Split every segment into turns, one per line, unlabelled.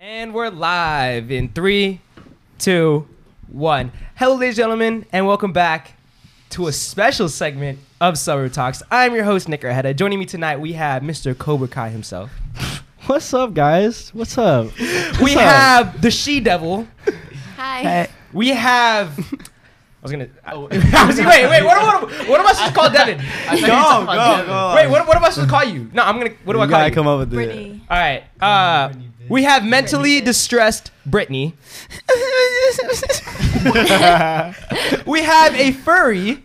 And we're live in three, two, one. Hello, ladies and gentlemen, and welcome back to a special segment of Suburb Talks. I'm your host, Nick Arheta. Joining me tonight, we have Mr. Cobra Kai himself.
What's up, guys? What's up?
we
up?
have the She Devil.
Hi.
We have. I was gonna.
Oh,
I was- wait, wait. What, what, what am I supposed to call Devin?
Go, go, go.
Wait, what, what am I supposed to call you? No, I'm gonna. What do I
You
call
gotta
you?
come up with the-
Brittany.
All right. Uh, we have mentally distressed Brittany. we have a furry.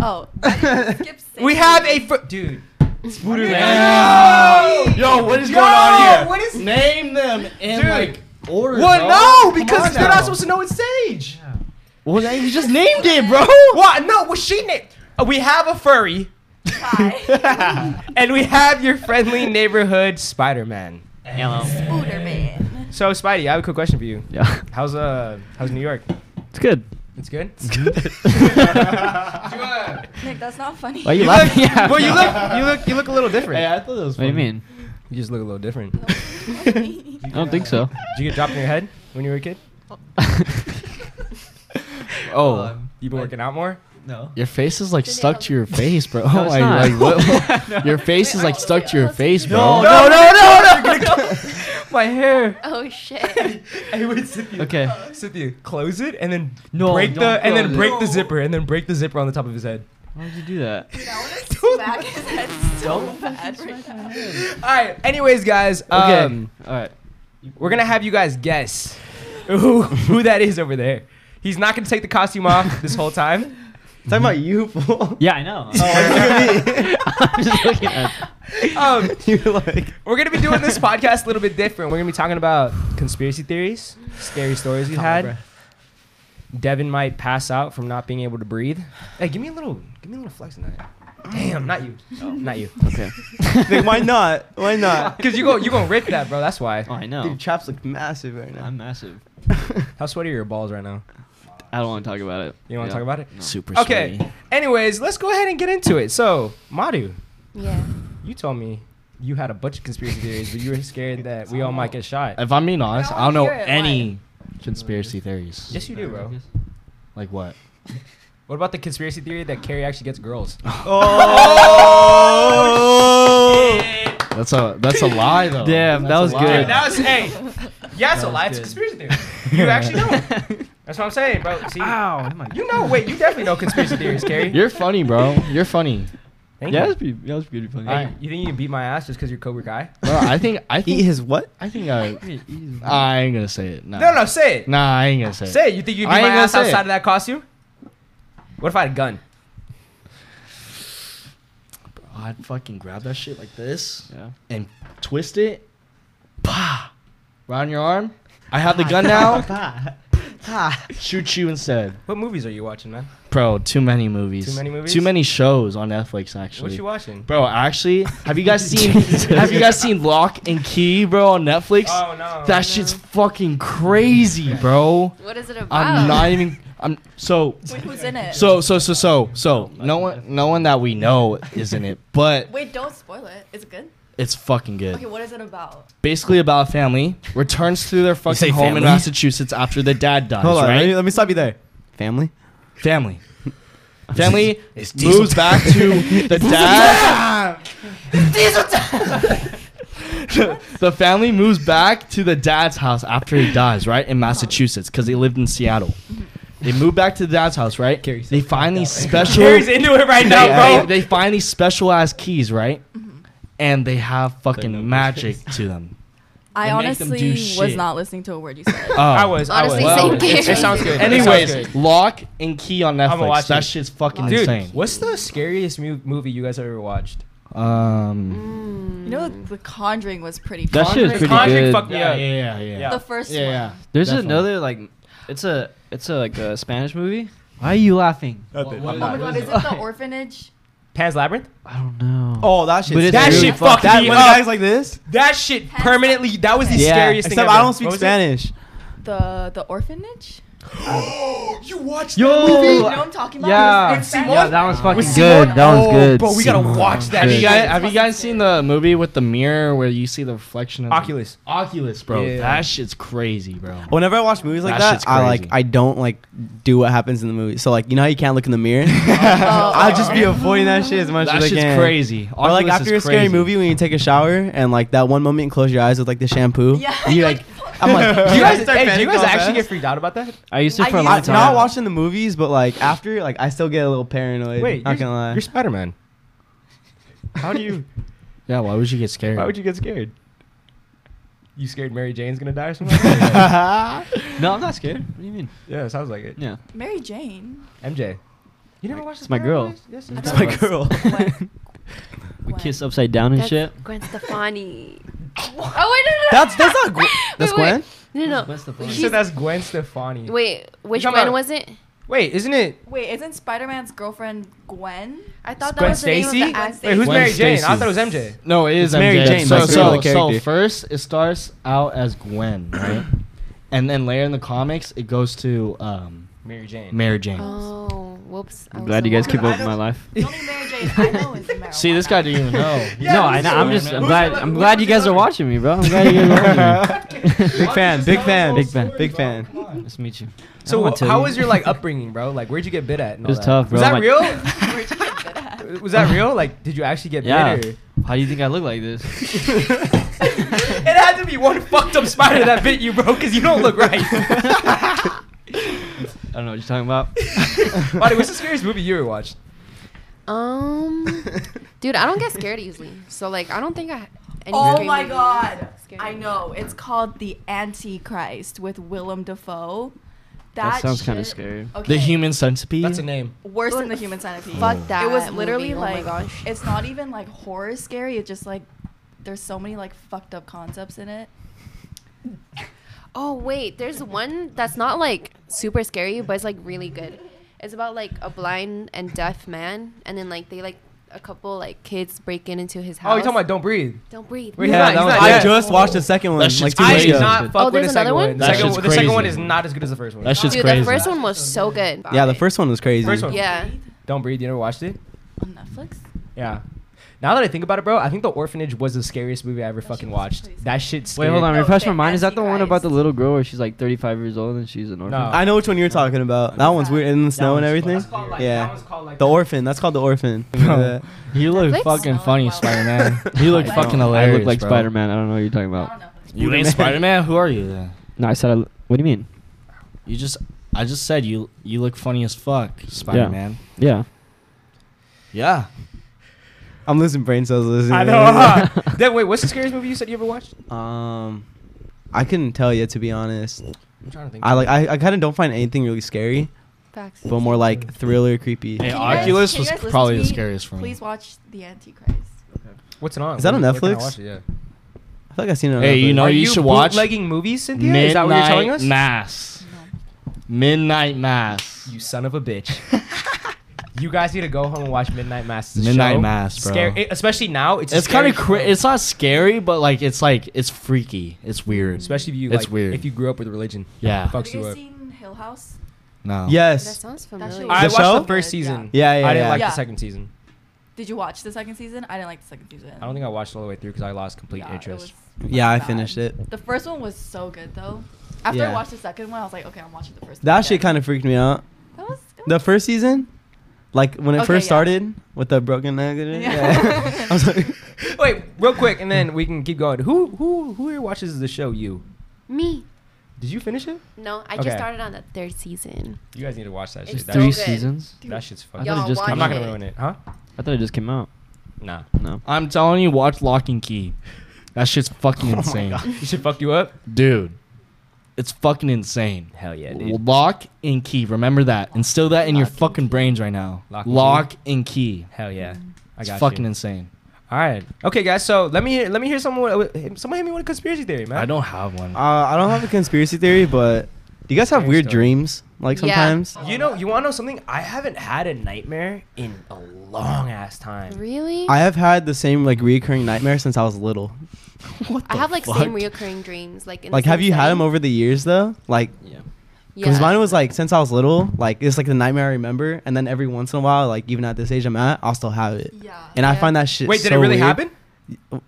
Oh, I skip saying-
We have a fur- dude.
Voodoo
Yo, what is
Yo,
going on here?
what is-
Name them in
Dude.
like order. bro.
Well, no,
Come
because
on
they're
now.
not supposed to know it's Sage.
Well, now you just named it, bro.
What? No, well, she named. We have a furry,
Hi.
and we have your friendly neighborhood Spider Man.
Spooderman.
So, Spidey, I have a quick question for you.
Yeah,
How's uh, how's New York?
it's good.
It's
uh,
good.
Nick, that's not funny.
Why you
You look,
laughing? Yeah.
Well, you look, you look, you look a little different.
Hey, I thought that was
What do
funny.
you mean?
You just look a little different.
I don't think so.
Did you get dropped in your head when you were a kid? Oh, you've been working out more.
No.
Your face is like
Did it
stuck
help?
to your face, bro.
No,
oh
it's
my,
not.
like, what- what- Your face is like stuck to your face, bro.
No, no, no, no, no. My hair.
Oh shit.
Hey, wait, Cynthia.
Okay.
Cynthia, close it and then
No,
break the
don't
and then
close it.
break the zipper and then break the zipper on the top of his head.
Why would you do that?
Back his head so bad right now.
All right. Anyways, guys.
Okay.
Um,
All right.
We're gonna have you guys guess who who that is over there. He's not gonna take the costume off this whole time.
Talking about you, fool. Oh,
Yeah, I know. I'm just looking at.
Um,
You're like,
we're gonna be doing this podcast a little bit different. We're gonna be talking about conspiracy theories, scary stories we had. Devin might pass out from not being able to breathe. Hey, give me a little, give me a little flex in that. Damn, not you, not you,
Okay.
Nick, why not? Why not?
because you go, you gonna rip that, bro. That's why.
Oh, I know.
Dude, your traps look massive right now.
I'm massive.
How sweaty are your balls right now?
I don't want to talk about it.
You want to
Yeah.
talk about it?
Super
Okay. Anyways, let's go ahead and get into it. So, Madu,
Yeah.
you told me you had a bunch of conspiracy theories, but you were scared that we all might get shot.
If I'm being honest,
don't
I don't know
wanna hear it,
any conspiracy theories.
Yes, you do, bro.
Like what?
What about the conspiracy theory that Carrie actually gets girls?
Oh!
That's a that's a lie though.
Damn, that was
Dude,
good.
that was hey. Yeah, it's a lie. It's a conspiracy theory. You actually know. That's what I'm saying, bro. See,
Ow.
you know. Wait, you definitely know conspiracy theories, Carrie.
You're funny, bro. You're funny.
Thank you.
Yeah, that was pretty, that was pretty funny.
Hey, you think you can beat my ass just because you're Cobra Kai?
Bro, I think I think
Eat his what?
I think I I ain't gonna say it. Nah.
No, no, say it.
Nah, I ain't gonna say it.
Say it. You think you
I
can beat my
ain't gonna
ass
say
outside
it.
of that costume? What if I had a gun?
Bro, Oh, I'd fucking grab that shit like this
Yeah.
and twist it. Pah! Round your arm. I have the gun now. Shoot you instead.
What movies are you watching, man?
Bro, too many movies.
Too many movies?
Too many shows on Netflix
What
actually.
you watching?
Bro, actually, have you guys seen have you guys seen Lock and Key, bro, on Netflix?
Oh no.
that shit's fucking crazy, bro.
What is it about?
I'm not even. I'm so
Wait, who's in it?
so so so so so. No one, no one that we know is in it, but
Wait, don't spoil it. Is it good?
it's fucking
Okay,
good.
what is it about?
Basically, about a family returns to their
say
fucking home in
family?
Massachusetts after the dad dies.
Hold on, let,
right?
me, let me stop you there. Family?
Family. Family
It's diesel
moves back to the dad. the family moves back to the dad's house after he dies, right? In Massachusetts, because they lived in Seattle. They move back to the dad's house, right? They find these special.
Carrie's into it right now,
they,
bro.
they find these specialized keys, right?
Mm-hmm.
And they have fucking
They know
magic to them.
I
They make them
honestly
do
was
shit.
not listening to a word you said.
Oh.
I was.
Honestly,
I was.
same
it,
Carrie.
it sounds good. It sounds good.
Anyways, Lock and Key on
watch
Netflix. That
it.
shit's fucking
Dude,
insane.
what's the scariest mu- movie you guys have ever watched?
Um,
You know, The Conjuring was pretty.
That
fun.
shit was pretty
Conjuring
good.
fucked me up.
yeah, yeah,
The first
yeah, yeah.
There's
Definitely.
another like, it's a it's a like a Spanish movie. Why are you laughing?
Nothing.
one. Oh my god, is it the orphanage?
Pan's Labyrinth.
I don't know.
Oh, that shit.
But it's
That
really
shit
fucked
fucked
That
me
when the
up.
guy's like this.
That shit
Pan's
permanently. That was the
Yeah.
scariest thing.
Except
ever.
I don't
What
speak
was it?
Spanish.
The the orphanage.
You watched
Yo,
You know what I'm talking about?
yeah,
It's
Simone?
yeah, that one's fucking
With
good.
Simone?
That one's
Oh,
good.
bro, we gotta
Simone.
watch that
Have
Good.
you
shit.
guys have you guys seen the movie with the mirror where you see the reflection of the-
Oculus.
Oculus, bro.
Yeah.
That shit's crazy, bro.
Whenever I watch movies like
That
that,
shit's
I
crazy.
like I don't like do what happens in the movie. So like you know how you can't look in the mirror.
Oh,
I'll just be avoiding that shit as much
That
as I
shit's
can.
crazy.
Or like
Oculus
after a
is
scary
crazy.
movie when you take a shower and like that one moment you close your eyes with like the shampoo.
Yeah.
And you like, I'm like,
Do you guys,
Start
hey, do you
panicking
guys
all
actually
fast.
get freaked out about that?
I used to
I
for a
used
I,
long
to-
time.
not watching the movies, but like after, like I still get a little paranoid.
Wait,
not
you're-
gonna lie.
You're Spider Man. How do you?
Yeah, why would you get scared?
Why would you get scared? You scared Mary Jane's gonna die or something? like that?
No, I'm not scared. What do you mean?
yeah, it sounds like it.
Yeah.
Mary Jane.
MJ. You never watched
it's my girl.
Yes,
I
it's
don't
my
know.
girl.
When-
We
when-
kiss upside down and
That's
shit.
Gwen Stefani. oh wait, no, no, no.
That's that's not. Gwen.
Wait,
That's
wait.
Gwen.
No, no.
What's the point?
You
She's-
said that's Gwen Stefani.
Wait, which
talking
one
about-
was it?
Wait, isn't it
Wait, isn't Spider-Man's girlfriend Gwen?
I thought that
Gwen
was the name
Stacy?
of the actor.
Wait, who's
Gwen
Mary Jane? I
Stacy.
thought it was MJ.
No, it is
It's Mary
MJ.
Jane,
So,
like,
so,
the
so
character.
first it starts out as Gwen, right? and then later in the comics, it goes to um,
Mary Jane.
Mary Jane.
Oh, whoops. I
I'm
was
glad you guys keep
along.
up with my life.
The only Mary Jane I know is Mary.
See, this guy didn't even know.
no, I know. I'm
who's
just.
the-
I'm
who's
glad.
the-
I'm
who's
glad
the
you guys are
other-
watching me, bro. I'm glad you guys are watching me.
Big fan. Big fan.
Big fan.
Big fan.
Nice to meet you.
So
I don't
wh-
wanna
how
tell
was
you.
your like upbringing, bro? Like, where'd you get bit at? and all
It was
that?
tough, bro.
Was that
My-
real?
Where'd you get that at?
was that real? Like, did you actually get
Yeah.
bit? Or?
How do you think I look like this?
it had to be one fucked up spider that bit you, bro, because you don't look right.
I don't know what you're talking about.
Buddy, what's the scariest movie you ever watched?
Um, dude, I don't get scared easily. So like, I don't think I. Any
Oh
scary
my
movies
god.
scared
I
me.
know. It's called The Antichrist with Willem Dafoe.
That sounds kinda
shit-
scary.
Okay.
The human centipede.
That's a name.
Worse than
Ooh,
the human centipede.
Fuck that.
It was
movie.
literally
Oh
like
my gosh.
it's not even like horror scary. It's just like there's so many like fucked up concepts in it.
Oh wait, there's one that's not like super scary, but it's like really good. It's about like a blind and deaf man, and then like they like a couple like kids break in into his house.
Oh, you're talking about Don't Breathe.
Don't breathe.
Wait,
Yeah, that
he's not-
was,
he's not
I
dead.
just watched the second one.
That shit's
like two
I
crazy.
days
did
Crazy.
ago.
not fuck
Oh,
with the
there's another
second
one?
one. The
That
second,
shit's
one- the second
crazy.
one is not as good as the first one.
That shit's
Dude,
crazy.
the first one was so good.
Yeah, the first one was crazy.
First one.
Yeah.
Don't Breathe, you never watched it?
On Netflix.
Yeah. Now that I think about it, bro, I think The Orphanage was the scariest movie I ever
shit
fucking
was
watched.
crazy.
That shit
Wait,
scared.
hold on.
No,
Refresh
the
my mind. Is that the one about the
Antichrist.
little girl where she's like 35 years old and she's an orphan?
No.
I know which one you're talking about. That one's weird in the snow and
one's
everything.
fucked up.
Yeah. The orphan. That's called the orphan. Yeah.
You look
Netflix?
fucking
Oh,
No,
funny,
wow.
Spider Man. You look
I
fucking
don't.
hilarious.
I look like
bro.
Spider Man. I don't know what you're talking
Not
about.
on Netflix.
You ain't Spider Man. Who are you then?
No, I said. I, l- what do you mean?
You just, I just said you, you look funny as fuck, Spider Man.
Yeah.
Yeah.
I'm losing brain cells listening.
I
to
know.
this.
huh? then wait, what's the scariest movie you said you ever watched?
Um, I couldn't tell you to be honest.
I'm trying to think.
I like I, I kind of don't find anything really scary,
Facts.
but more like thriller, creepy.
Hey,
Can you guys-
Oculus
can you
was
guys listen to
probably the
me?
scariest for me.
Please watch The Antichrist.
What's it on?
Is that on
Where can I
Netflix?
watch it? Yeah.
I feel like I've seen it. On
Hey, you
Netflix.
know
Are
you
you
should watch
bootlegging movies, Cynthia? Is that what you're telling us?
Mass. Midnight Mass.
You son of a bitch. you guys need to go home and watch Midnight Mass. It's a
Midnight
show.
Mass, bro.
Scary, especially now. It's a
It's kind of
scary
cra-
show.
it's not scary, but like it's like it's freaky. It's weird.
especially if you
It's
like,
weird.
if you grew up with religion.
yeah.
Fuck. Fucks
Have you
you
guys
up.
seen Hill House?
No.
That
Yes.
sounds
That shit
familiar.
I
Oh. The
watched
show?
the first
Yeah.
season.
Yeah, yeah.
I didn't
yeah.
like
Yeah.
the second season.
Did you watch the second season? I didn't like the second season.
I don't think I watched all the way through because I lost complete
Yeah, it
interest.
was
Yeah, I
bad.
finished it.
The first one was so good though. After
Yeah.
I watched the second one, I was like, okay, I'm watching the first.
That shit kind of freaked me out.
That was it
The
was-
first season, like when it
Okay,
first
yeah.
started with the broken neck. in it,
Yeah.
yeah. I was like,
Wait, real quick, and then we can keep going. Who who who here watches the show? You?
Me.
Did you finish it?
No, I
Okay.
just started on the third season.
You guys need to watch that
It's
shit. That,
so
Three
good.
shit-
seasons.
that shit's fucking.
I thought it just
Y'all
came
I'm not
out.
gonna ruin it, huh?
I thought it just came out.
Nah.
No.
I'm telling you, watch Lock and Key. That shit's
Oh
fucking insane,
You should fuck you up.
dude. It's fucking insane.
Hell yeah, dude.
Lock and key. Remember that. Instill that in your
Lock and
fucking
key.
brains right now.
Lock
Lock,
and
and key.
Hell yeah. I
It's
got
fucking
you.
insane.
All right. Okay, guys. So let me hear, let me hear someone with- someone hit me with a conspiracy theory, man.
I don't have one.
Uh, I don't have a conspiracy theory, but do you guys have
Scary
weird
story.
dreams? Like
Yeah.
sometimes.
You know, you want to know something? I haven't had a nightmare in a long ass time.
Really?
I have had the same like recurring nightmare since I was little.
I have like
fuck?
same reoccurring dreams. Like, in the
Like,
same
have you had
setting.
them over the years though? Like,
Yeah.
because mine was like since I was little, like it's like the nightmare I remember, and then every once in a while, like even at this age I'm at, I'll still have it,
Yeah.
and I
Yeah.
find that shit.
Wait, did
so
it really
weird.
happen?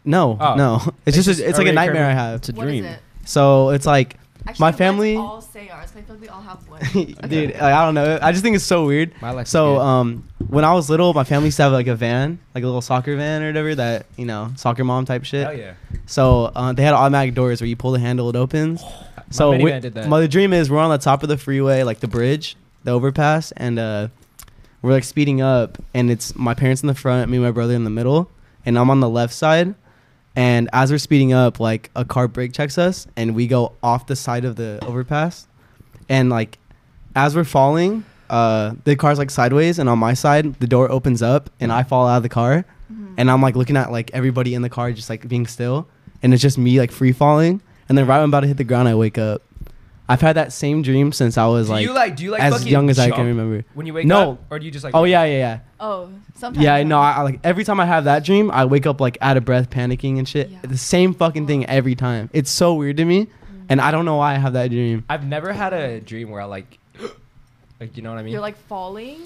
No,
Oh.
no. It's,
It's
just,
just
it's
a
like a
recurring-
nightmare I have.
What is it?
So it's like
Actually,
my
let's
family.
all say ours. 'cause I feel like we all have one.
dude like, i don't know i just think it's so weird
My life is
so
good.
um when i was little my family used to have like a van like a little soccer van or whatever that you know soccer mom type shit
Hell yeah.
so uh, they had automatic doors where you pull the handle it opens so
my
we,
minivan did that.
my the dream is we're on the top of the freeway like the bridge the overpass and uh we're like speeding up and it's my parents in the front me and my brother in the middle and i'm on the left side and as we're speeding up like a car brake checks us and we go off the side of the overpass and like as we're falling uh the car's like sideways and on my side the door opens up and i fall out of the car and i'm like looking at like everybody in the car just like being still and it's just me like free falling and then right when i'm about to hit the ground i wake up i've had that same dream since i was
Do
like,
you like do you like
as
fucking
young as i can
jump
remember
when you wake
No.
up, or do you just like?
oh yeah yeah yeah
Oh, sometimes.
yeah, no, I, I like every time I have that dream, I wake up like out of breath, panicking and shit.
Yeah. Mm.
The same fucking thing every time. It's so weird to me, and I don't know why I have that dream.
I've never had a dream where I like, like you know what I mean.
You're like falling.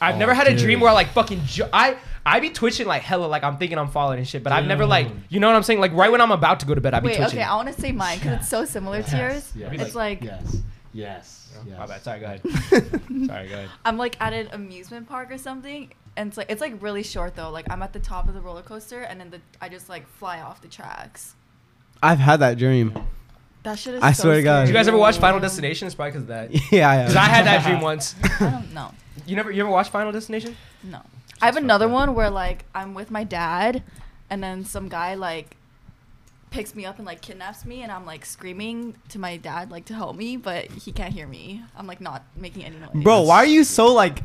I've
Oh,
never had a
dude.
dream where I like fucking ju- I I be twitching like hella like I'm thinking I'm falling and shit, but I've never like you know what I'm saying like right when I'm about to go to bed I be
Wait,
twitching.
okay, I want to say mine because it's so similar to yours. It's like
yes, yes, yes.
My bad. Sorry, go ahead. Sorry, go ahead.
I'm like at an amusement park or something, and it's like it's like really short though. Like I'm at the top of the roller coaster, and then the, I just like fly off the tracks.
I've had that dream.
That shit is.
I
so
swear to God.
Did
scary.
you guys ever watch Final Destination? It's probably because of that.
yeah, I
Because
have.
I had that dream once.
I don't know.
You never you ever watched Final Destination?
No. I have another one where like I'm with my dad and then some guy like picks me up and like kidnaps me and I'm like screaming to my dad like to help me but he can't hear me. I'm like not making any noise.
Bro, why are you so like,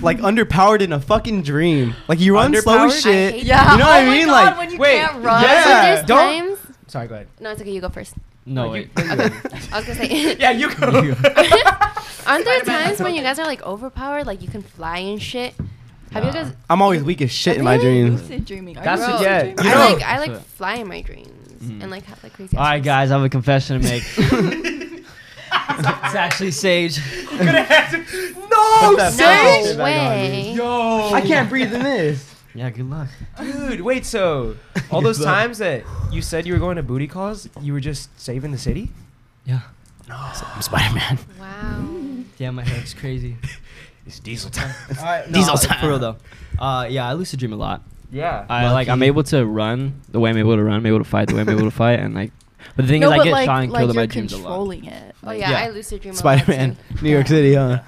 like underpowered in a fucking dream? Like you run slow
Underpowered?
as
I
shit.
hate
Yeah.
You know
oh
what I
my
mean?
God,
Like-
when you
Wait,
can't run.
yeah.
So there's
don't-
times.
Sorry, go ahead.
No, it's okay. You go first.
No,
Like,
wait.
you-
I was gonna say.
yeah, you go.
Aren't there times when you guys are like overpowered, like you can fly and shit? Have you guys?
I'm always weak as shit in my
Really?
dreams.
Lucid dreaming. Are
That's
you
what-
lucid
Bro,
yeah,
dreaming?
you
I
know-
like I like
So-
fly in my dreams
Mm-hmm.
and like have like crazy.
All right,
dreams.
guys, I have a confession to make. it's actually Sage.
Oh,
no,
that
Sage.
shit
No way.
Yo,
I can't breathe in this.
Yeah, good luck.
Dude, wait. So all those times that you said you were going to booty calls, you were just saving the city.
Yeah.
I'm Spider Man.
Wow.
Yeah, my hair looks crazy.
It's diesel time.
These all for real though. Uh, yeah, I lucid dream a lot.
Yeah.
I like I'm
Lucky.
able to run the way I'm able to run. I'm able to fight the way I'm able to fight, and like, but the thing
No,
is, I
but
get
like,
shot and
like
killed in my
you're
dreams a lot.
controlling it.
Oh yeah,
Yeah.
I lucid dream. a lot,
Spider Man,
too.
New York City, huh?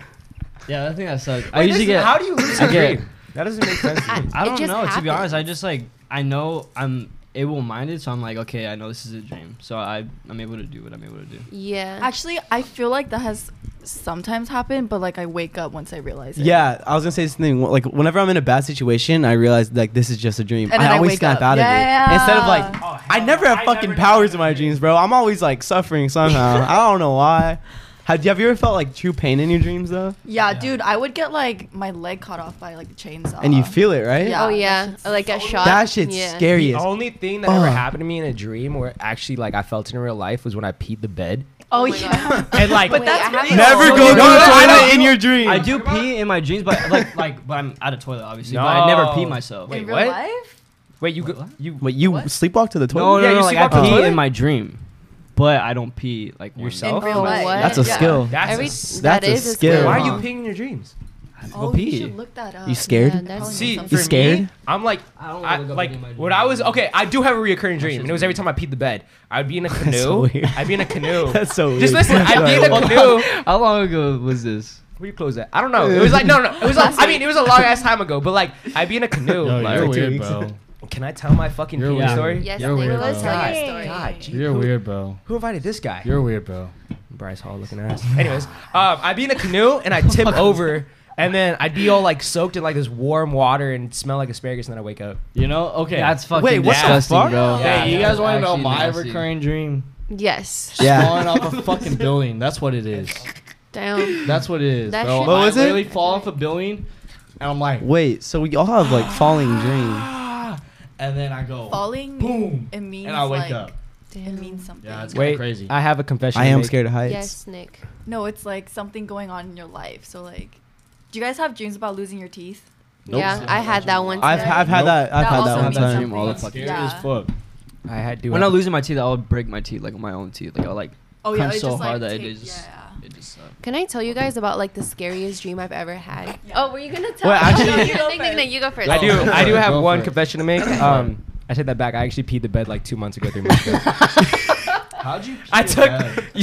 Yeah, that thing that sucks. I
Wait,
usually
this-
get.
How do you lose
I
a
get-
dream? That doesn't make sense. to me.
I-
I
It
don't
just
know. To be honest, I
happens.
just like I know I'm able-minded, so I'm like, okay, I know this is a dream, so I I'm able to do what I'm able to do.
Yeah.
Actually, I feel like that has sometimes happened, but like I wake up once I realize it.
Yeah, I was gonna say something like whenever I'm in a bad situation, I realize like this is just a dream.
And
I
then I
always
wake
snap
up.
out of it
Yeah.
instead of like
Oh, hell
I never
no.
have fucking
never
powers
did
in my
that.
dreams, bro. I'm always like suffering somehow. I don't know why. Have you, have you ever felt like true pain in your dreams though?
Yeah, dude, I would get like my leg cut off by like the chainsaw.
And you feel it, right?
Yeah.
oh yeah.
that shit's
I like get shot.
That shit's
yeah.
scary.
The
as-
only thing that ever
Ugh.
happened to me in a dream where actually like I felt it in real life was when I peed the bed
Oh,
my
yeah.
and like
Wait, I have a-
Never
No,
go
no,
to
no, no,
the
I
toilet
don't-
in your dream.
I do pee in my dreams, but like like, but I'm out of toilet obviously. But I never pee
No.
myself.
Wait,
in real
what?
life?
Wait, you go,
what?
you
Wait, you sleepwalk to the toilet?
No, no,
Yeah,
no.
you
Like
sleep
I
off the
pee
toilet?
in my dream, but I don't pee like one-
Yourself?
In real
Oh,
life.
what?
That's a
Yeah.
skill.
that's
Every
a s-
that
that's a
is a
skill.
skill.
why are
Huh.
you peeing in your dreams?
I go
Oh,
pee.
you should look that up.
You scared?
Yeah, that's-
See,
You
for
scared?
me, I'm like,
I don't
I,
wanna look up
like
any of my
when
dreams.
I was okay. I do have a recurring dream,
just
and it was every time I peed the bed. I'd be in a canoe.
That's so weird.
I'd be in a canoe.
That's so weird.
Just listen, I'd be in
Sorry.
a canoe.
How long ago was this?
Where you close that? I don't know. It was like no, no, no. It was like I mean, it was a long ass time ago, but like I'd be in a canoe.
No,
like,
you're weird, bro.
Can I tell my fucking
You're
pee
weird.
story?
Yes,
You're weird,
Nicholas,
bro.
tell
God.
your story.
God, gee,
You're
who-
weird, bro.
Who invited this guy?
You're weird, bro.
Bryce Hall looking ass. Anyways, um, I'd be in a canoe and I tip over and then I'd be all like soaked in like this warm water and smell like asparagus, and then I wake up.
You know? Okay.
That's fucking
Wait, what the
disgusting,
fuck?
bro.
Yeah,
Hey, you guys
that's
want to know
actually
my
nasty.
recurring dream?
Yes.
Yeah.
Falling off a fucking building. That's what it is.
Damn.
That's what it is,
That
bro.
shit
What
I
was it?
literally fall off a building, and I'm like,
Wait, so we all have like falling dreams.
ah, and then I go,
Falling.
boom,
It means
and I wake
like,
up.
It
Damn.
means something.
Yeah, it's kinda
Wait,
crazy.
I have a confession.
I
to
am
make.
scared of heights.
Yes, Nick.
no, it's like something going on in your life. So like, do you guys have dreams about losing your teeth?
Nope.
Yeah, I had that one.
I've,
today.
I've had that. I've
That
had
also
that one
means
time.
something. all the fucking
Scary
Yeah.
as fuck.
I had do.
When
have-
I'm losing my teeth, I'll break my teeth like my own teeth. Like I'll like
Oh
crunch
it's
so hard that it
take-
just
yeah.
it just sucks.
Can I tell you guys about like the scariest dream I've ever had?
Yeah.
Oh, were you gonna tell?
Well, actually-
no, you
You go
go Nick, Nick, Nick, you go first.
I do.
Go for
I do
it,
have
go
one
for it.
confession to make. Um, I take that back. I actually peed the bed like two months ago. Three months ago.
How'd you?
I took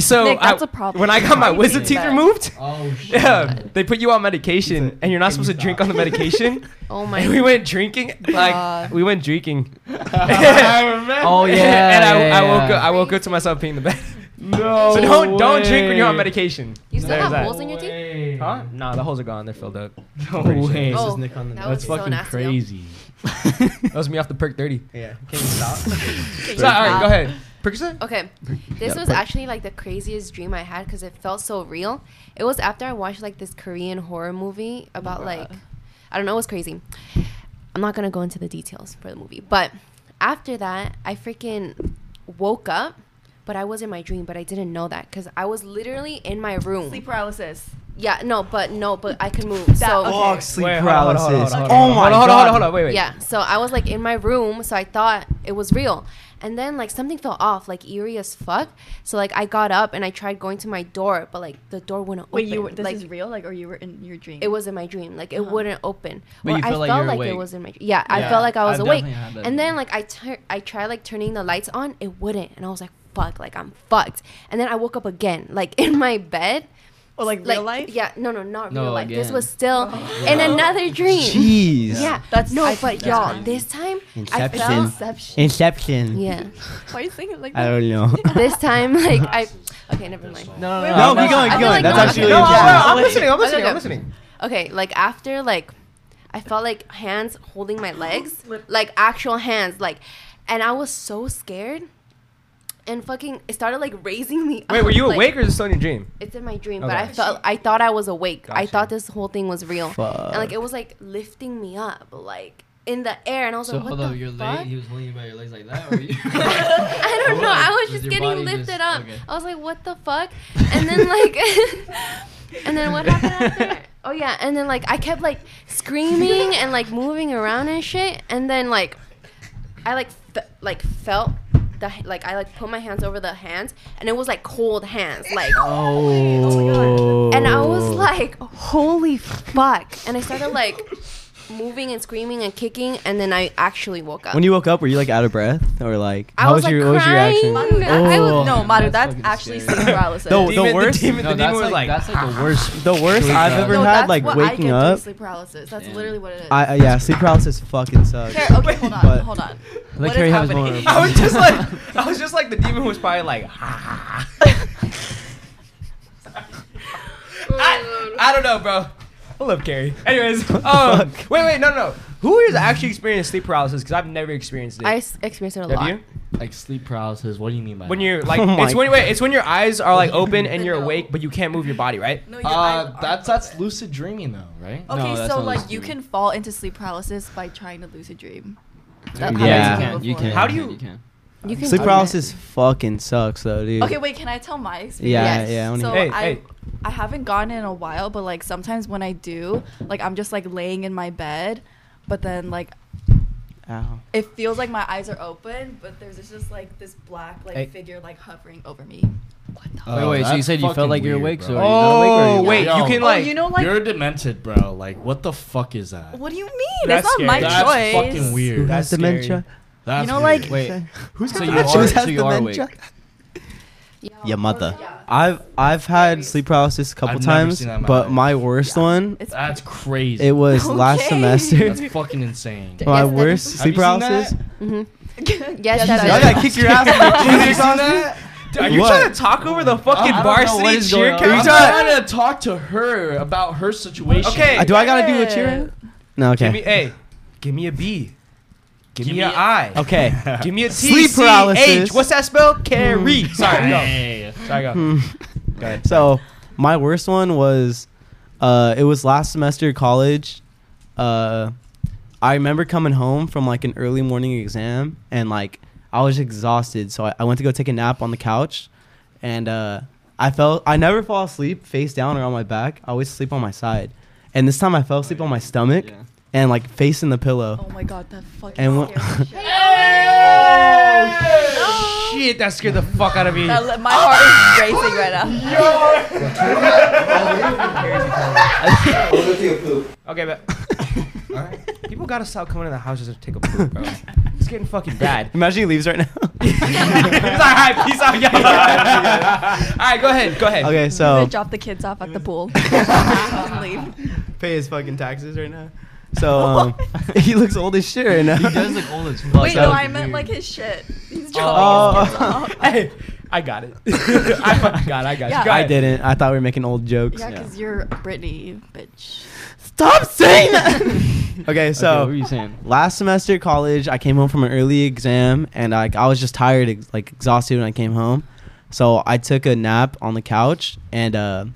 so
Nick, that's
I-
a problem.
when I got my
Why you
wisdom
peed
teeth
the bed?
removed.
Oh shit.
Yeah, they put you on medication and you're not
"Can you
supposed to drink
stop?"
on the medication.
Oh my.
and we went drinking, like
God.
we went drinking.
I remember.
Oh, yeah,
and I,
yeah,
I woke
yeah.
up. I woke up to myself peeing the bed.
No.
so don't don't drink when you're on
way.
medication.
You still
There's
have
that.
holes in your teeth?
Way.
Huh? Nah, the holes are gone. They're filled up.
No
Pretty sure.
way.
Oh, that was
That's
so
fucking
nasty.
crazy.
That was me off the perk thirty.
Yeah. Can you stop?
Okay,
So, all right,
yeah.
go ahead. Perk yourself?
Um, Okay, this was actually like the craziest dream I had because it felt so real. It was after I watched like this Korean horror movie about like, I don't know, it was crazy. I'm not gonna go into the details for the movie, but after that, I freaking woke up, but I was in my dream, but I didn't know that because I was literally in my room.
Sleep paralysis.
Yeah, no, but no, but I could move.
That-
so
okay.
Fuck sleep
Wait, hold on, hold on,
paralysis.
hold on,
Oh my
hold on, hold on,
god.
Hold on, hold on, wait, wait.
Yeah, so I was like in my room, so I thought it was real. And then like something felt off, like eerie as fuck. So like I got up and I tried going to my door, but like the door wouldn't
Wait,
open.
you were, this
like
is real, like, or you were in your dream?
it was in my dream, like it
Uh-huh.
wouldn't open.
But
or
you felt
I
like
felt
you were
like it
awake.
was in my dream. Yeah, I
Yeah.
felt like I was
I've
awake.
definitely had that
And then
dream.
like I tur- I tried like turning the lights on, it wouldn't, and I was like fuck, like I'm fucked. And then I woke up again, like in my bed.
or Oh, like real life? Oh.
Yeah, no, no, not
No,
real life. This
again.
was still in another dream.
Jeez.
Yeah,
That's-
no,
I-
but
that's
y'all,
crazy.
this time I
Inception.
felt
Inception.
Inception.
yeah.
Why are you saying it like
I
that?
don't know.
this time, like I okay, never mind.
No,
Wait, wait, no,
No, keep
I
going, keep
feel
going.
like
That's
no,
actually
okay.
no,
legit.
no,
Yeah.
I'm listening. I'm
Okay,
listening. I'm
okay.
listening.
Okay, like after like I felt like hands holding my legs, like actual hands, like, and I was so scared, and fucking it started like raising me.
Wait,
up,
were you
like-
awake or is it still in your dream?
It's in my dream, but
Okay.
I felt I thought I was awake. I
Gotcha.
thought this whole thing was real, and like
Fuck.
it was like lifting me up, like in the air, and I was
So
like, what
hold
the
up, your
fuck?
leg. He was holding you by your legs like that, or you?
I don't know. I was just
your
getting
body
lifted
just-
up.
okay.
I was like, what the fuck? And then like and then what happened after? Oh yeah, and then like I kept like screaming and like moving around and shit and then like I like fe- like felt the like I like put my hands over the hands and it was like cold hands like
Oh.
and I was like holy fuck and I started like moving and screaming and kicking and then I actually woke up.
When you woke up, were you like out of breath or like?
I
how
was, like,
your What was your
crying.
reaction?
I was-
Oh.
No, Maru, that's,
fucking
actually
scary.
sleep paralysis.
The-
Demon-
worst?
The demon,
no,
the demon
that's
was
like,
like,
that's like the worst.
"Ah." The worst I've
God.
ever
no,
had,
that's
like
what I
waking
get
up.
Through sleep paralysis. That's
Damn.
literally what it is.
I, I- yeah, sleep paralysis fucking sucks.
Here, okay, oh, hold on,
But-
hold on.
like
What
Harry
is
has
happening?
one
I was just like, I was just like, the demon was probably like, "Ah." I, I don't know, bro. I love Carrie. Anyways, um, wait, wait, no, no, no. Who has actually experienced sleep paralysis? Because I've never experienced it.
I s- experienced it a
Have
lot.
you?
Like sleep paralysis. What do you mean by
When
that?
you're like,
Oh my
it's when wait, it's when your eyes are like open and you're
No.
awake, but you can't move your body, right?
No, your eyes
Uh,
aren't
that's that's
open.
lucid dreaming though, right?
No,
Okay,
that's
so
not
like
lucid
you
dreaming.
can fall into sleep paralysis by trying to lucid dream. That-
Yeah.
I've
You
done
can.
it
You
before.
can.
How do
can,
you-
can.
You can
Sleep
do
paralysis
it.
fucking sucks though, dude.
Okay, wait. Can I tell my experience?
Yeah,
Yes.
yeah. I wanna
So
hear-
Hey,
I,
hey.
I haven't gone in a while, but like sometimes when I do, like I'm just like laying in my bed, but then like
Ow.
it feels like my eyes are open, but there's this just like this black like
Hey.
figure like hovering over me. What the?
Oh,
wait, so you
that's
said you felt
fucking
like you're awake,
weird, bro.
so are you not awake or are
Oh
you-
wait, you
Yo.
can
Oh,
like.
oh, you know like
you're demented, bro. Like, what the fuck is that?
what do you mean?
That's
That's it's not my
scary.
That's
choice.
fucking weird.
That's
Has dementia.
That's
You know,
weird.
like-
Wait. Who's so you
She
are
has
so you are awake.
dementia. Your mother. I've I've had sleep paralysis a couple
I've never
times,
seen that in my
but
life.
my worst one
It's
That's crazy.
it was last
Okay.
semester.
That's fucking insane.
Yes,
my
that is-
worst
Have you
sleep
seen
paralysis.
Mm-hmm.
that?
Yes, yes,
Y'all gotta kick your ass.
Have you seen that?
Are you
What?
trying to talk over the
I
fucking
don't know what
varsity
is
cheer
going on. I'm
captain?
trying to talk to her about her situation.
Okay.
Uh, do I gotta do a cheer? No, okay.
Give me a. Give me a B. Give, me,
me
a
a-
I.
okay.
Give me a T.
Sleep
C,
paralysis.
H. What's that
Hmm.
spelled? Carry. Sorry. Go. Sorry.
Oh
Go.
Hmm. so my worst one was uh, it was last semester of college uh, i remember coming home from like an early morning exam and like i was exhausted so i, I went to go take a nap on the couch and uh, i felt i never fall asleep face down or on my back i always sleep on my side and this time i fell asleep on my stomach
Yeah.
and like facing the pillow
Oh my god, that fucking
And what-
scared the shit.
Oh, shit. That scared the fuck out of me.
That- my heart is racing right now.
Okay, but. People gotta stop coming to the house just to take a poop, bro. It's getting fucking bad.
imagine he leaves right now
He's like, "Hi, peace out, y'all." All right, go ahead, go ahead.
okay
I'm gonna
so
drop the kids off at the pool. and leave.
pay his fucking taxes right now so um, he looks old as shit right now
He does look old as fuck.
Wait,
that
no,
would
I meant like his shit. He's
Oh.
dropping his kids off.
Hey, I got it. I fucking got it. I got
Yeah.
it. Go
I
ahead.
didn't. I thought we were making old jokes.
Yeah, because you're Britney, you bitch.
Stop saying that. okay,
So, what
so
were you saying?
last semester at college, I came home from an early exam and I, I was just tired, ex- like exhausted when I came home. So I took a nap on the couch and, uh,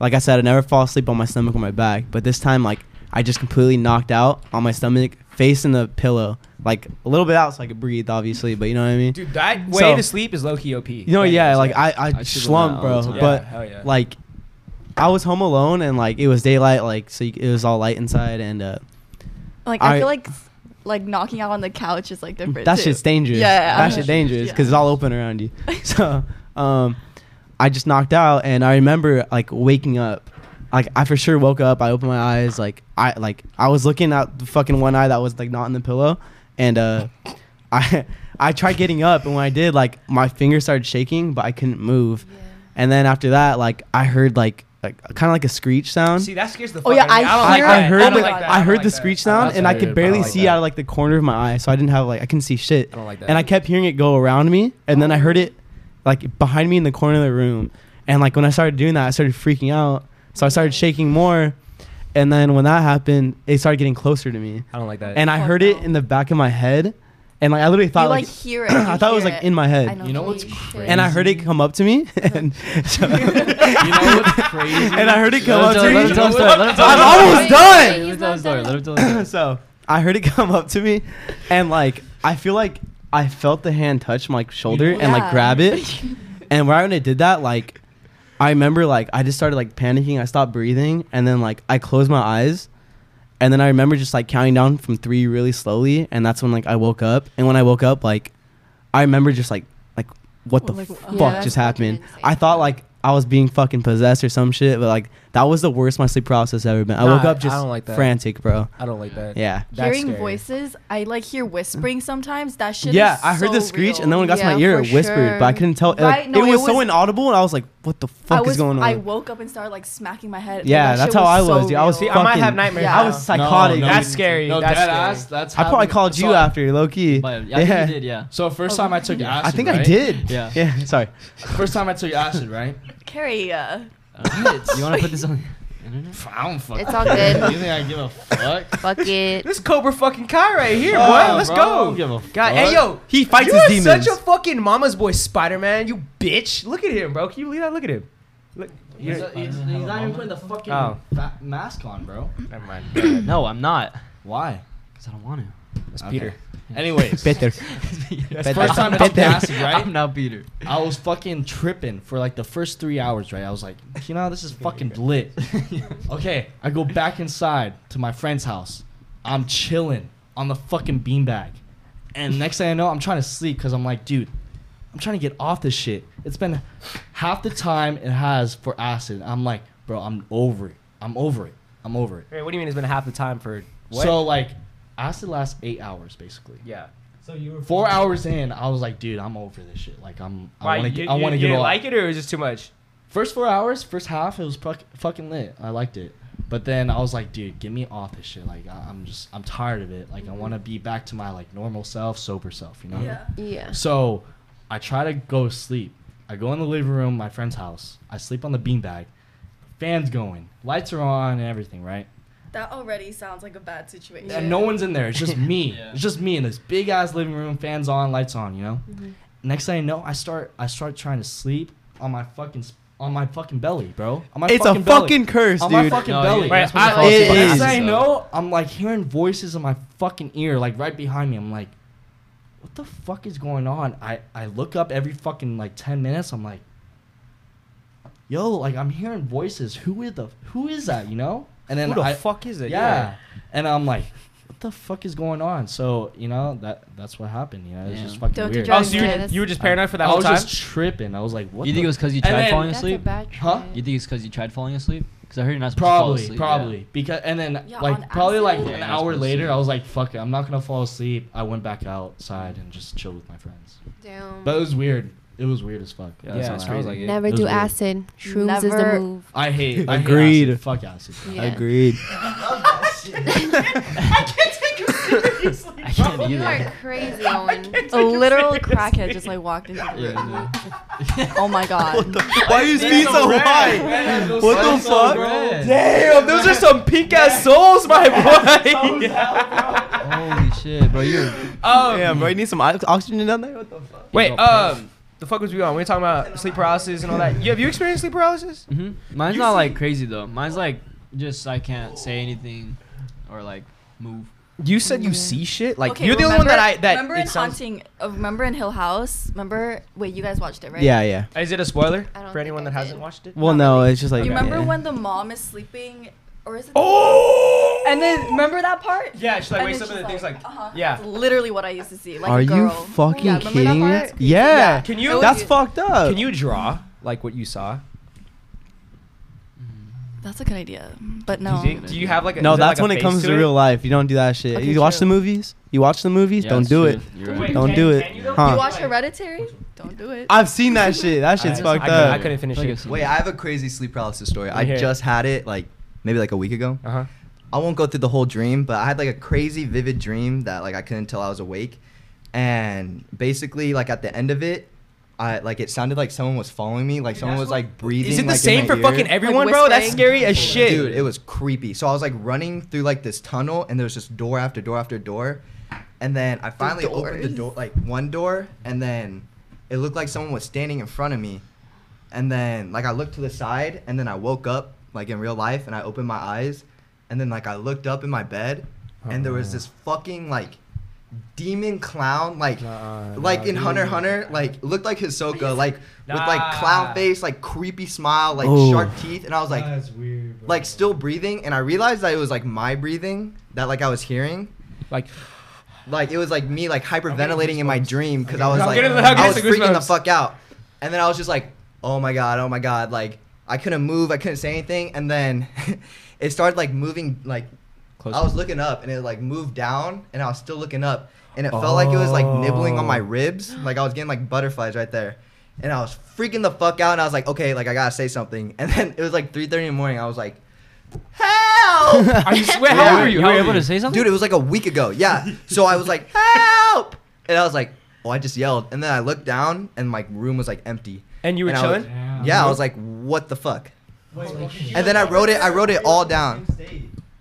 like I said, I never fall asleep on my stomach or my back. But this time, like, I just completely knocked out on my stomach, facing the pillow, like a little bit out so I could breathe, obviously. But you know what I mean?
Dude, that way
So-
to sleep is low key OP.
You know, yeah, like I, I,
I sleep on that
slumped,
all
bro.
the
time.
But
Yeah, hell yeah.
like, I was home alone and like it was daylight, like so you, it was all light inside, and uh,
Like I,
I-
feel like s- like knocking out on the couch is like different.
that
too.
shit's dangerous.
Yeah,
that
yeah.
shit dangerous
Yeah.
because it's all open around you. so, um, I just knocked out, and I remember like waking up. Like I for sure woke up. I opened my eyes. Like I like I was looking out the fucking one eye that was like not in the pillow, and uh, I I tried getting up, and when I did, like my fingers started shaking, but I couldn't move. And then after that, like I heard like like kind of like a screech sound.
See, that scares the fuck
Oh, yeah,
out of
I
me. I don't
I,
like
hear- Oh
that.
I heard
I, don't
the,
like that.
I
don't
heard
like
the
that.
screech
I don't
sound,
like
and I
that.
could
don't
barely
like
see
that.
out of like the corner of my eye, so I didn't have like I couldn't see shit.
I don't like that.
And I kept hearing it go around me, and then I heard it like behind me in the corner of the room, and like when I started doing that, I started freaking out, so I started shaking more, and then when that happened, it started getting closer to me,
I don't like that.
and I
Oh,
heard
no.
it in the back of my head, and like I literally
You
thought
like
like.
hear it.
I thought it was like in my head,
You know what's
crazy?
and I heard it come up to me, and,
You know what's crazy?
and I heard it come up
Let
to
him
me.
tell- let him tell the story, let him tell
I'm
the story.
almost done.
Let him tell the story, let him tell the story.
so I heard it come up to me, and like I feel like I felt the hand touch my shoulder and like
Yeah.
grab it, and right when it did that, like I remember like I just started like panicking. I stopped breathing, and then like I closed my eyes, and then I remember just like counting down from three really slowly, and that's when like I woke up. And when I woke up, like I remember just like like what the
Like,
fuck
yeah, that's
just
fucking
happened.
insane.
I thought like. I was being fucking possessed or some shit, but like that was the worst my sleep process ever been. I
Nah,
woke up
I
just
don't like that.
frantic, bro.
I don't like that.
Yeah.
That's
Hearing
scary.
voices, I like hear whispering sometimes. That shit.
yeah,
is
I heard
so
the screech,
real.
and then when it got to my
Yeah,
ear, it
for
whispered, but I
sure.
couldn't tell. like,
Right? No,
it, was
it
so
was-
inaudible, and I was like, "What the fuck
I was,
is going on?"
I woke up and started like smacking my head.
Yeah,
Like, that
that's
shit
how I
so
was, dude. I was
real.
See, I might
Fucking-
have nightmares.
Yeah.
I was psychotic.
no, That's scary.
No,
That's
dead
scary.
ass. That's
I probably
happened.
called you
So-
after, low key.
But yeah, I think you did, yeah.
So first time I took acid.
I think I
right?
did.
Yeah.
Yeah. Sorry.
First time I took acid, right?
Carrie, uh,
you want to put this on?
Pff, I don't fuck.
It's all
you
good.
think I give a fuck?
Fuck it.
This Cobra fucking Kai right here,
Oh,
boy. Let's
bro, I
go.
don't give a
God,
fuck.
hey yo,
He fights
you
his
are
demons.
such a fucking mama's boy, Spider Man. You bitch. Look at him, bro. Can you believe that? Look at him. Look.
He's,
You're,
he's- he's not even putting the fucking
Oh.
Fa- mask on, bro.
never mind. It's
uh, No, I'm not.
Why?
Because I don't want to.
Peter.
Anyways,
Better.
That's first time I took
Better.
acid, right?
I'm not Peter.
I was fucking tripping for like the first three hours, right? I was like, you know, this is fucking lit. Okay, I go back inside to my friend's house. I'm chilling on the fucking beanbag. And next thing I know, I'm trying to sleep because I'm like, dude, I'm trying to get off this shit. It's been half the time it has for acid. I'm like, bro, I'm over it. I'm over it. I'm over it.
Wait, what do you mean? It's been half the time for what?
So, like, acid lasts eight hours basically.
yeah.
Four hours in, I was like, dude, I'm over this shit. Like, I'm, I
Why,
want to
you-
get, I
you-
want to
you
get
didn't
off.
like it or it was just too much?
First four hours, first half, it was puck- fucking lit. I liked it. But then I was like, dude, get me off this shit. Like, I- I'm just, I'm tired of it. Like, I want to be back to my, like, normal self, sober self, you know?
yeah.
Yeah.
So I try to go to sleep. I go in the living room, my friend's house. I sleep on the beanbag. Fans going, lights are on, and everything, right?
That already sounds like a bad situation.
And no one's in there. It's just me.
Yeah.
It's just me in this big ass living room, fans on, lights on, you know?
Mm-hmm.
Next thing I know, I start I start trying to sleep on my fucking s- on my fucking belly, bro. On my
It's a
belly.
fucking curse,
on my
dude.
fucking
No,
belly.
yeah, that's what
Right, I-
they call
it
sleeping
is.
Next
paralysis,
thing I
though.
know, I'm like hearing voices in my fucking ear, like right behind me. I'm like, what the fuck is going on? I, I look up every fucking like ten minutes. I'm like, yo, like I'm hearing voices. Who is the who is that? You know? And then
Who the
I,
fuck is it?
yeah. And I'm like, what the fuck is going on? So you know that that's what happened. You know, it's
Yeah.
just fucking
Don't you
weird.
drive
Oh, so you,
Yeah,
were-
that's-
you were just paranoid for that
I
whole
was
time?
just tripping. I was like, what?
You think it
the
was because you
And
tried
then-
falling
That's a
asleep?
bad
Huh?
trip.
You think it's because you tried falling asleep? Because I heard you're not supposed
Probably,
to fall asleep.
probably because, and then
Yeah, on
like probably like
accident?
an
Yeah, you're
hour
supposed
later,
to.
I was like, "Fuck it, I'm not gonna fall asleep." I went back outside and just chilled with my friends.
Damn.
But it was weird. It was weird as fuck.
Yeah,
that
That's
sounds
what I was
crazy.
like.
Never
It was
do
weird.
acid. Shrooms is the
Never-
move.
I hate. I hate
Agreed.
acid. Fuck acid.
Yeah.
Agreed.
Yeah. I can't
You
either.
are crazy, Owen.
A literal crackhead just like walked into the room.
Yeah,
Oh my god.
Why is he so wide?
What
What the fuck?
Damn, those are some pink ass souls, my boy.
no. Holy shit, bro! You're
um,
Damn, bro, you need some ox- oxygen down there? What the fuck?
Wait, um, the fuck was we on? We were talking about sleep paralysis and all that. You, have you experienced sleep paralysis?
Mm-hmm.
hmm Mine's not like crazy though. Mine's like just I can't say anything or like move.
You said you see shit. Like
Okay,
you're the only one that I
remember-
that
remember
it
in
sounds-
haunting. Uh, remember in Hill House. Remember. Wait, you guys watched it, right?
Yeah, yeah.
Is it a spoiler
I don't
for anyone that
think I
hasn't
did.
watched it?
Well, no, it's just like.
You remember
yeah.
when the mom is sleeping, or is it?
Oh!
And then remember that part?
yeah, she like
And
wakes up
then
and the
she's
things like
uh-huh.
yeah.
That's literally what I used to see. Like
Are
a
you
girl.
fucking
yeah, remember
kidding
That
me?
part?
Yeah.
Can you-
That's
It was-
fucked up.
Can you draw like what you saw?
That's a good idea, but
Do
no.
you, think- do you have like a,
No,
is there,
that's
like, a
when it
face
comes to, real life. You don't do that shit.
Okay,
you watch
true.
the movies. You watch the movies.
Yeah,
don't
that's
do
true.
it.
You're
Wait,
right.
Don't
can-
do it.
can you though?
Huh.
You watch Hereditary? Don't do it.
I've seen that shit. That shit's
I-
fucked
I,
up.
I couldn't finish
Like
it.
it's-
Wait, I have a crazy sleep paralysis story.
Let me hear
I
it.
just had it like maybe like a week ago.
Uh huh.
I won't go through the whole dream, but I had like a crazy vivid dream that like I couldn't tell I was awake. And basically like at the end of it, I like it sounded like someone was following me, like someone was like breathing.
Is it the
like, in
same
my
for
ear.
fucking everyone,
Like
bro? That's
whispering?
scary as shit.
Dude, it was creepy. So I was like running through like this tunnel and there was just door after door after door. And then I finally opened the
doors.
door like one door and then it looked like someone was standing in front of me. And then like I looked to the side and then I woke up like in real life and I opened my eyes and then like I looked up in my bed and there
Uh-uh.
was this fucking like demon clown like
Nah,
like
nah,
in Hunter
dude.
x Hunter like looked like Hisoka like with
Nah.
like clown face like creepy smile like
Oh.
sharp teeth and I was like
weird.
like still breathing and i realized that it was like my breathing that like i was hearing
like
like it was like me like hyperventilating in my dream because i was
I'm
like
getting- I'm
i was
getting
freaking the
goosebumps.
fuck out and then i was just like oh my god oh my god like i couldn't move i couldn't say anything and then it started like moving like i was looking up and it like moved down and i was still looking up and it felt like it was like nibbling on my
Oh.
ribs like i was getting like butterflies right there and i was freaking the fuck out and i was like okay like i gotta say something and then it was like 3.30 in the morning i was like help
Are you? Wait, how old were you?
You
How
were
old
able
were you?
to say something?
Dude, it was like a week ago. Yeah. So I was like, help! And I was like, oh, I just yelled. And then I looked down and my room was like empty.
And you were
And I was-
chilling.
Yeah, I was like, what the fuck? And then I wrote it. I wrote it all down.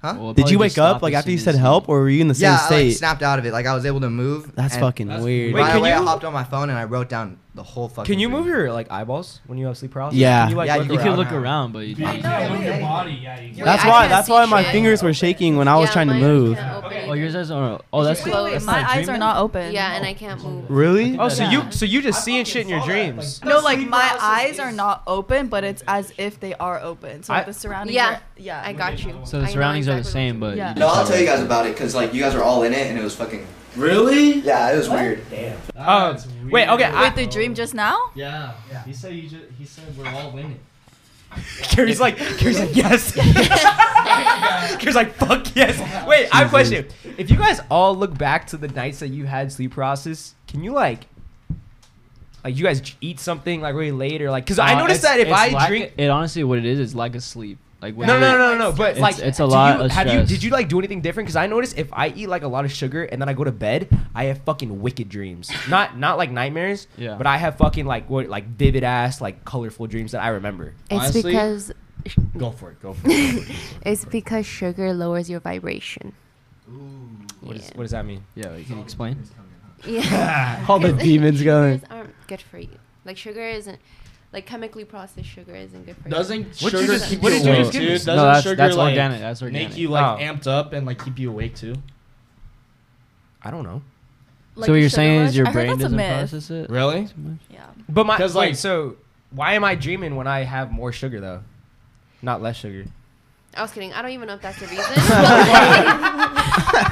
Well, it
Did you
probably
wake
just
up
stopped
like
as
after you
soon
said
as
help, or were you in the same
Yeah, I
state?
like snapped out of it. Like I was able to move.
That's
and
fucking
That's-
weird.
Wait,
Right
can
away, I
you-
hopped on my phone and I wrote down the whole fucking.
Can you
dream.
move your like eyeballs when you have sleep paralysis?
Yeah.
Can you, like,
Yeah,
look
you
You
around?
can look around, but you
Yeah.
That's
I
why.
can't
That's
see
why my
shit.
fingers were shaking when I was
Yeah,
trying to
mine
move.
can't open
Oh, yours
either.
is. Oh, oh that's
Close.
that's
my
not a
eyes
dream
are
then?
not open.
Yeah, and I can't move.
Really?
Oh, so
Yeah.
you so you just seeing shit in your dreams?
No, like my eyes are not open, but it's as if they are open. So
I-
like, the surrounding.
Yeah.
yeah.
I got you.
So
I
the
know
surroundings are the
exactly
same,
what
but
Yeah.
No, I'll tell you guys about it because like you guys were all in it and it was fucking.
Really?
Yeah, it was weird.
Um, wait, okay. I,
Wait, the dream just now?
Yeah.
Oh.
He said you just, he said we're all in it.
Carrie's like, Carrie's like, yes. Carrie's like, fuck yes. Wait, I have a question. If you guys all look back to the nights that you had sleep paralysis, can you like, like you guys j- eat something like really late or like? Because I
Uh,
noticed
it's-
that if
it's
I
lack-
drink,
it honestly, what it is is lack of sleep. Like
No, no, no, no, no. But
It's-
like,
it's a
do
lot
You,
of
have you?
stress.
Did you like do anything different? Because I notice if I eat like a lot of sugar and then I go to bed, I have fucking wicked dreams. Not not like nightmares.
Yeah.
But I have fucking like what like vivid ass like colorful dreams that I remember.
It's
Honestly-
because
Go for it. Go for it.
it's because sugar lowers your vibration.
What, is,
Yeah.
what does that mean?
Yeah, like, can you explain?
Yeah.
All the demons going.
Sugars aren't good for you. Like sugar isn't like chemically processed sugar isn't good for you.
Doesn't
What you
sugar
just-
keep
what
you
did you
awake,
just give
dude?
me?
Doesn't
No, that's-
sugar
that's
like
organic, that's
make
organic.
you like
Oh.
amped up and like keep you awake too?
I don't know.
Like
so what
the sugar
you're saying
rush?
is your
I heard
brain
that's a
doesn't
myth.
process it?
Really?
Yeah.
But my
'Cause,
wait,
like-
so why am I dreaming when I have more sugar though? Not less sugar.
I was kidding. I don't even know if that's the reason.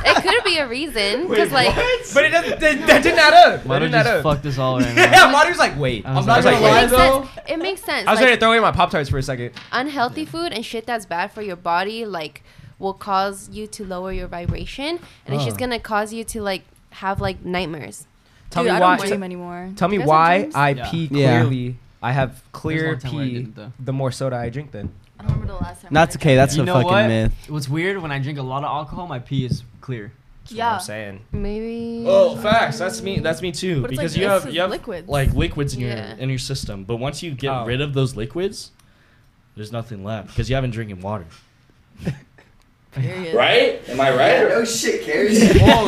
it could be a reason because like
But it doesn't. That, that didn't add up. That
Why
didn't
don't
add
just
up.
fuck this all right now?
yeah, Marty was like, wait.
I was
I
not
was like,
gonna lie
wait.
it makes
though-
sense. It makes sense.
I was
like,
ready to throw away my pop tarts for a second.
unhealthy food and shit that's bad for your body like will cause you to lower your vibration and it's just
Oh.
gonna cause you to like have like nightmares
Tell
Dude,
me
I
why.
don't dream anymore.
Tell me
You guys have
why
dreams?
I
Yeah.
pee
Yeah.
clearly. I have clear
There's a long time where I
pee.
didn't, though.
The more soda I drink, then.
I don't remember the last time. I
That's
drank
okay.
it.
That's
you
a
know
fucking
what?
myth.
What's weird when I drink a lot of alcohol, my pee is clear.
That's what
yeah.
I'm saying.
maybe
Oh, facts. That's me. That's me too.
But it's
because
like-
you
it's
have you have
liquids.
like liquids in
Yeah.
your in your system. But once you get
Oh.
rid of those liquids, there's nothing left because you haven't drinking water.
Period.
Right? Am I
No shit, Carrie.
Whoa,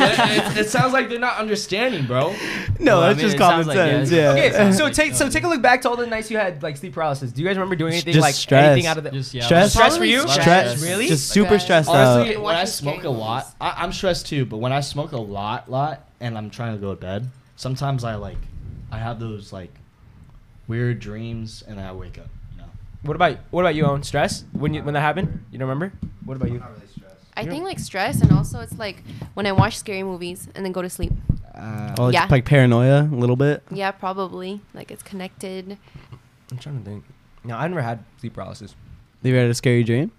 it, it, it sounds like they're not understanding, bro.
No,
Well, I
that's
mean,
just
it
common
sounds like, yeah,
sense.
it's-
Yeah.
Okay,
Yeah.
so
Like,
take so
um,
take a look back to all the nights you had like sleep paralysis. Do you guys remember doing anything
just
like
stress.
anything out of the
Just yeah.
Stress-
like-
stress for you?
Stress.
Stress.
really?
Just super
Okay.
stressed out.
Honestly,
Watch
when I
these
smoke a
scary
lot,
movies.
I, I'm stressed too. But when I smoke a lot, lot, and I'm trying to go to bed, sometimes I like, I have those like, weird dreams, and I wake up. You know.
what about what about you, Owen? Stress when you when that happened? You don't remember? What about you?
i think like stress and also it's like when i watch scary movies and then go to sleep
Uh,
Oh,
Yeah.
just like paranoia a little bit.
yeah probably like it's connected
I'm trying to think. No, I never had sleep paralysis.
You ever had a scary dream?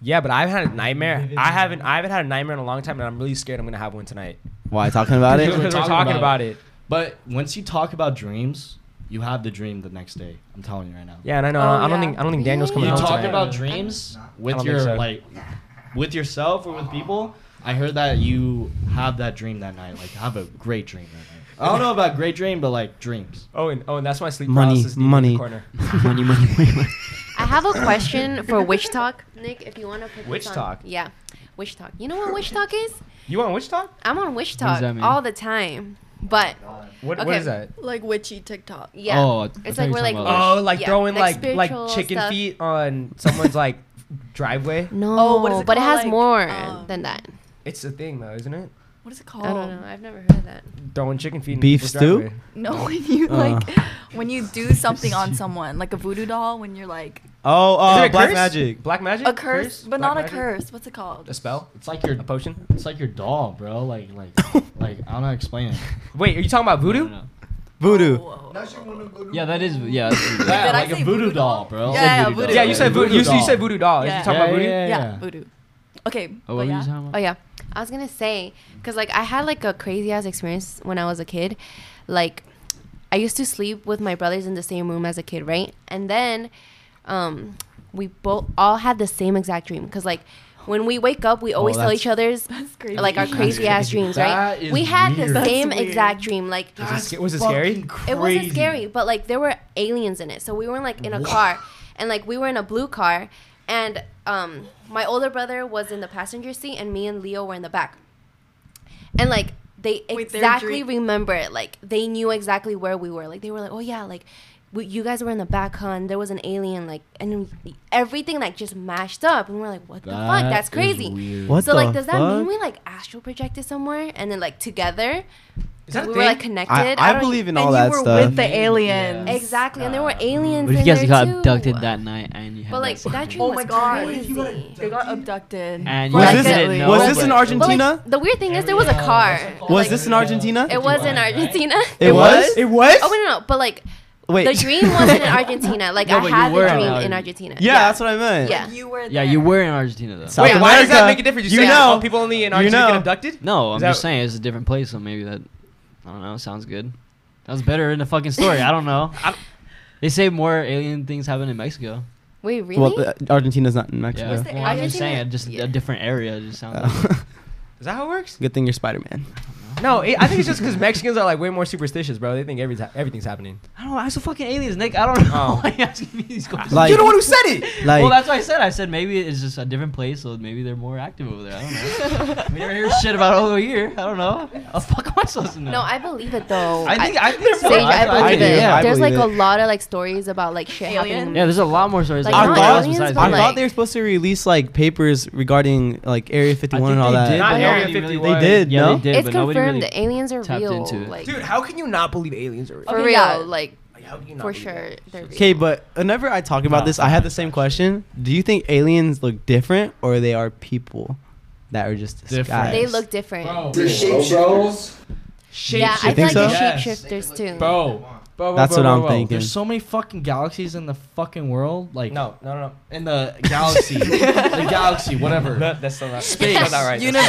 Yeah, but I've had a nightmare. I haven't I haven't had a nightmare in a long time, and I'm really scared I'm gonna have one tonight.
Why talking about
Because
Because we're
we're
it?
talking
talking
about
about it.
But once you talk about dreams, you have the dream the next day. I'm telling you right now.
Yeah, and I know.
Oh,
I don't
yeah.
think I don't think Daniel's
You
coming
Yeah.
home
talk
tonight.
about dreams
I
with
don't
your
think so.
like, with yourself or with people. I heard that you have that dream that night. Like, have a great dream that night. I don't know about great dream, but like dreams.
Owen, Owen, oh, that's my sleep
Money,
paralysis. demon in
money.
the corner.
money, money, money.
i have a question for witch talk nick if you want to put
Witch
this on.
Talk?
yeah witch talk you know what witch talk is
You want witch talk?
i'm on witch
does
talk
that mean?
all the time but
What, what
Okay.
is that?
Like witchy TikTok.
yeah
Oh, I thought
it's
you
like
were
we're like
talking about
Oh, like
yeah,
throwing like like,
spiritual
chicken
stuff.
feet on someone's like driveway.
No,
Oh, what is it
but it
called?
has
Like,
more
um,
than that.
It's a thing though, isn't it?
What is it called?
I don't know. I've never heard of that.
Throwing chicken feet. in
Beef
people's
stew?
driveway.
No, when you
Uh.
like, when you do something on someone, like a voodoo doll, when you're like
Oh,
Is it
uh,
a
black
curse?
magic.
Black magic.
a curse, but
Black
not a
magic?
curse. What's it called?
A spell.
It's like your
A potion.
It's like your doll, bro. Like, like, like I don't know how to explain it.
Wait, are you talking about voodoo?
No,
Voodoo.
Whoa.
no. Yeah, that is. Yeah. That's weird.
Yeah,
Did I
like
say
a voodoo,
voodoo
doll,
doll?
bro.
Yeah, yeah, voodoo
Yeah, you said voodoo. You, you said voodoo doll.
Yeah.
You talking about voodoo?
Yeah,
Yeah,
yeah.
voodoo. Okay,
Oh,
but
what were you
yeah.
talking
Oh
about?
yeah, I was gonna say because like I had like a crazy ass experience when I was a kid. Like I used to sleep with my brothers in the same room as a kid, right? And then um, we both all had the same exact dream because like when we wake up, we always tell
that's-
each other's
That's crazy.
like our crazy ass dreams,
That
right?
is
We had
weird.
the
That's
same
weird.
exact dream, like.
Was it, was it scary?
It wasn't scary, but like there were aliens in it. So we were like in a car, and like we were in a blue car, and um, my older brother was in the passenger seat, and me and Leo were in the back. And like they
Wait, their
exactly
dream-
remember it. Like they knew exactly where we were. Like they were like, oh yeah, like. We, you guys were in the back, huh? And there was an alien, like, and everything like just mashed up, and we're like, "What the fuck? That's crazy."
What
so,
the
like, does that
fuck?
mean we like astral projected somewhere, and then like together,
Is that a
we
thing?
were like connected?
I, I,
don't-
believe in
and
all
you
that
were
stuff.
with the aliens.
Exactly, and there were aliens.
What if you
in
guys
there
got
too.
abducted that night and you had
But like
that
that
dream?
dream
Oh
was
my God, what if
crazy.
you They got abducted.
And
Was
was
Like
this,
this- that
Definitely.
was
was
Like
this in
that.
But, like,
Argentina?
the weird thing is, there was a car.
was
Like,
this in Argentina?
It was in
Right?
Argentina.
It was?
It was.
Oh wait, no, no. But like
Wait.
the dream wasn't in Argentina. Like
No,
I
but you
had
were
the
in
dream
Argentina.
in Argentina.
yeah, that's what I meant.
Yeah.
You were. There.
yeah, you were in Argentina though.
South
Wait, why does that
America,
make a difference?
You
You're saying
know,
all people only in Argentina
you know.
get abducted?
No,
Is
I'm
that-
just saying it's a different place, so maybe that I don't know. Sounds good. That was better in the fucking story. I don't know.
I don't-
They say more alien things happen in Mexico.
Wait, really?
Well, uh, Argentina's not in Mexico.
Yeah.
the
Well, I'm
area?
just saying, just
Yeah.
a different area. It just sounds like Uh-huh.
Oh.
Is that how it works?
Good thing you're Spider Man.
No, it, I think it's just because Mexicans are like way more superstitious, bro. They think every everything's happening.
I don't know. Ask the fucking aliens, Nick. I don't know
Oh.
why you're asking me these questions.
Like-
You're the one who said it.
Like,
well, that's what I said. I said maybe it's just a different place, so maybe they're more active over there. I don't know. we never hear shit about over here. I don't know. How the fuck am I supposed to know?
no, I believe it though.
I think I think so.
Sage, I, believe
do,
it.
yeah, I
There's
believe
like
it.
a lot of like stories about like shit
Aliens?
happening.
Yeah, there's a lot more stories.
Like,
about
not
aliens
aliens,
besides
but,
I
that.
thought
like-
they were supposed to release like papers regarding like Area 51 and all that.
did, Not but Area
nobody really
51.
was-
They did,
yeah,
no?
they did,
it's
but nobody
confirmed
really-
aliens are
tapped
real.
into it.
Like
Dude, how can you not believe aliens are real?
for
Okay,
real,
yeah.
like
Like, how can you not
for
believe
sure.
aliens?
They're real.
Okay, but whenever I talk about
No.
this, I have the same question. Do you think aliens look different or they are people that are just
Different.
disguised?
they look different. Yeah, I
You
feel
think
like
so?
the
Yes.
shapeshifters too.
Oh.
Bro. bro, bro,
That's what
bro, bro,
I'm
bro.
thinking.
There's so many fucking galaxies in the fucking world. Like
No, no, no, no.
in the galaxy, the galaxy, whatever.
That- that's still not
Space.
that's not right.
Universe.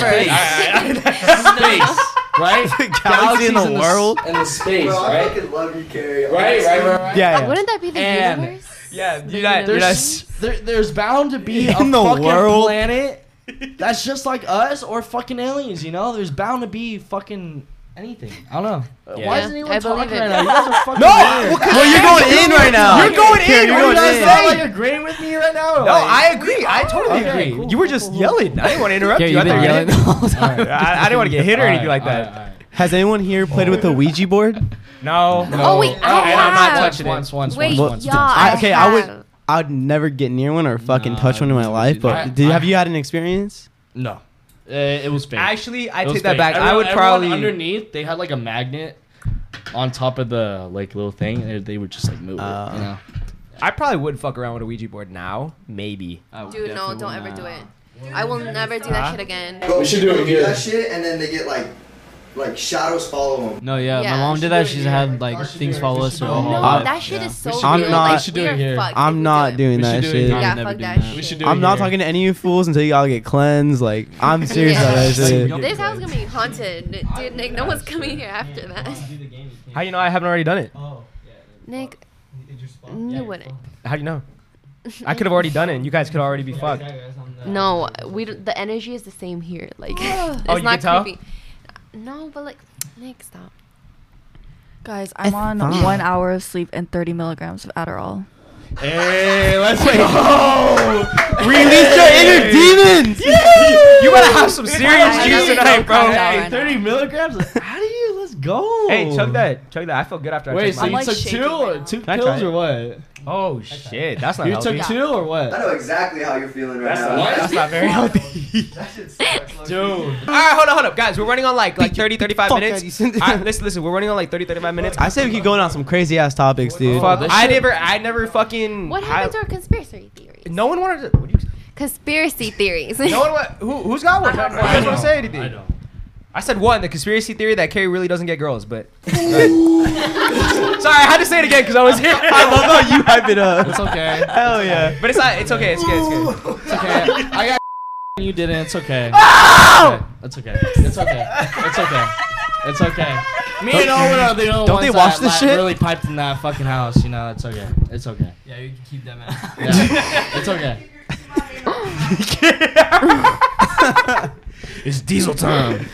Space, right?
Galaxy in the
s-
world?
in the space,
I
right?
fucking love you, Carrie.
Right, right, right. right.
yeah, yeah.
Wouldn't that be the
And-
universe?
Yeah,
The
you're not. You're not
universe?
There's there, there's bound to be a
In the
fucking
world?
planet that's just like us or fucking aliens. You know, there's bound to be fucking anything. I don't know.
Yeah.
Why
Yeah,
is anyone
I
talking
believe
right
it.
now? You guys are fucking
No,
weird.
well, 'cause
Well, you're going in right now.
You're going in.
You're
What
going
did I
in.
say?
Not like agreeing with me right now.
No, I agree. I totally
Okay,
agree.
cool,
you were just yelling. I didn't want to interrupt
Yeah,
you.
you've
I thought
been
you
yelling
didn't-
the whole time.
I, I didn't want to get hit or anything like that.
Has anyone here played with the Ouija board?
No.
Oh, wait,
And
I
I'm
have.
not
Once,
touching
once,
it.
once,
Wait,
once, once,
yeah,
once.
I- okay, I would-
have.
I would never get near one or fucking
Nah,
touch one in my
dude,
life.
dude,
But
I-
did you,
I-
have you had an experience?
No, Uh, it was fake.
Actually, I
It was
take that
fake.
back. I
Everyone-
would
everyone
probably.
underneath they had like a magnet on top of the like little thing, and they would just like move.
Uh,
it, you know?
I probably would fuck around with a Ouija board now. Maybe.
I would
Dude, no,
definitely
don't ever
not.
do it. I will never do that shit again.
We should do it here. That shit, and then they get like, like shadows follow them.
No, yeah,
Yeah.
my mom did that. She's had like
Should do
things
it.
follow
We
us Uh,
should do
her
it.
whole
No,
life.
that shit is so.
I'm
real.
not-
Like,
We
should do it
are
here.
fucked if
I'm
we
not
do it.
doing
We should
that
do it
shit.
here.
Yeah,
Never
fuck
do
that
that.
shit.
We should
do
I'm
it
not
here.
talking to any of you fools until y'all get cleansed. Like I'm serious
Yeah.
about that shit.
Like,
This house is gonna be haunted, dude. Nick, no one's coming here after that.
How you know I haven't already done it?
Nick, you wouldn't.
How do you know? I could have already done it, and you guys could already be fucked.
No, we. d- The energy is the same here. Like, it's
Oh, you
not
can tell?
creepy. No, but like, Nick, stop.
Guys, I'm on
thought-
one hour of sleep and 30 milligrams of Adderall.
Hey, let's go.
Release your inner demons.
You gotta have some serious
I
juice
know.
tonight, bro.
Calm down
Hey,
right now.
30 milligrams. How do you? Let's go.
Hey, chug that. Chug that. I feel good after I
Wait,
took
so
mine.
you
like,
took
shaking
two,
right now.
two
I try
pills
it?
or what?
Oh, shit. That's not
You
healthy.
took two or
I
what?
know exactly how you're feeling right
That's
now.
not, that's not very healthy.
That shit sucks. low-key.
Dude,
All right, hold up, hold up. Guys, we're running on like like 30, 35
fuck
minutes.
out of you.
All right, listen, listen. We're running on like 30, 35 minutes.
I say we keep going on some crazy ass topics, dude.
Fuck.
this
I
shit-
never, I never fucking.
What
I-
happened to our conspiracy theories?
No one wanted to. What do you,
Conspiracy theories.
no one. wa- Who, who's got one? I don't want to say anything.
I
I,
don't.
said one, the conspiracy theory that Carrie really doesn't get girls, but. Sorry, I had to say it again because I was here.
I love how you hype it up.
It's okay.
Hell yeah.
But it's not. It's okay. It's good. It's good.
It's okay. I got and you didn't. It's okay. It's okay. It's okay. It's okay. It's okay. Me and Owen are the only
Don't
ones
they watch
that,
this
like,
shit?
really piped in that fucking house. You know, it's okay. It's okay.
Yeah, you can keep that man.
Yeah. it's okay. it's diesel time.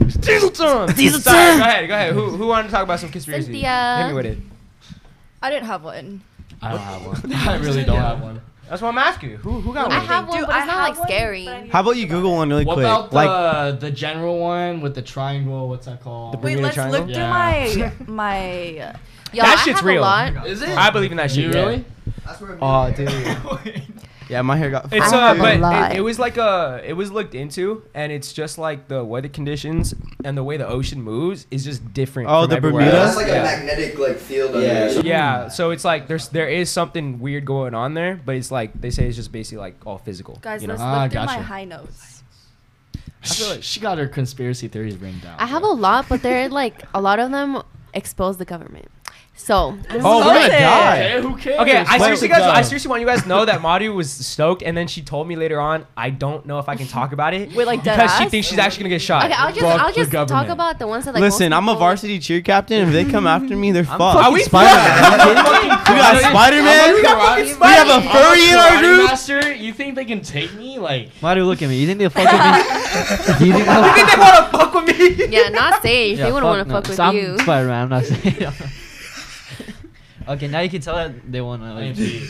It's diesel time. Diesel time. Go ahead. Go ahead. Who who wanted to talk about some conspiracy?
Cynthia.
Hit me with it.
I didn't have one.
I don't have one. I really don't have one.
That's what I'm asking. Who who got
I
one?
have one,
Dude,
but
I
it's not
have
like
one,
scary.
but I need-
How about you Google one really
What
quick?
about the
Like
the general one with the triangle? What's that called?
Wait, let's look
Yeah.
through my my.
Yo,
That
I
shit's
have
real.
A lot.
Is it?
I believe in that shit.
you
yeah.
really?
That's where.
Oh, dude. Yeah, my hair got.
It's
I
uh,
have a
but
lot.
it, it was like uh it was looked into, and it's just like the weather conditions and the way the ocean moves is just different.
Oh,
from
the
everywhere
Bermuda?
else.
That's like a magnetic like field. under
Yeah.
there.
Yeah, so it's like there's there is something weird going on there, but it's like they say it's just basically like all physical.
Guys,
you know?
let's
Ah,
look through my
gotcha.
high notes.
I feel like she got her conspiracy theories written down.
I have a lot, but they're like a lot of them expose the government. So I don't
Oh,
know.
we're
gonna die.
Hey, who cares?
Okay, I
Let
seriously,
it
guys,
go.
I seriously want you guys to know that Madu was stoked, and then she told me later on, I don't know if I can talk about it
Wait, like dead
because she
ass?
thinks she's actually gonna get shot.
Okay, I'll just
Fuck
I'll
the
just talk
government.
about the ones that like.
Listen,
most
I'm a
people-
varsity cheer captain. If they come after me, they're fucked.
Are we
Spider- we got Spider Man. We have a furry in our
Karate
group.
Master, you think they can take me? Like,
Why do you look at me? You think they'll fuck with me? you think they'll
You think they wanna fuck with me?
Yeah, not safe. they wouldn't want to
no.
fuck with
Stop
you.
Spider Man, I'm not saying. okay, now you can tell that they want to. Like,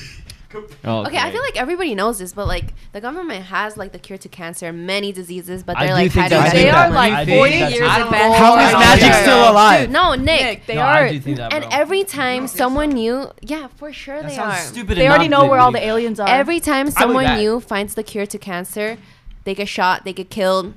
oh,
Okay, I feel like everybody knows this, but like the government has like the cure to cancer, many diseases, but
I
they're
do
like
think
hiding
that- I
it.
think
They are
that- I
like
think
40
that's-
years
I
advanced.
think-
How is
Oh,
magic
yeah.
still alive?
Dude, no, Nick,
Nick,
they
they
no,
are.
I do think that,
And
bro.
every time someone new, yeah, for sure
That
they are.
sounds stupid
They
and
already
not
know where all the
believable.
aliens are.
Every time someone
that.
new finds the cure to cancer, they get shot, they get killed,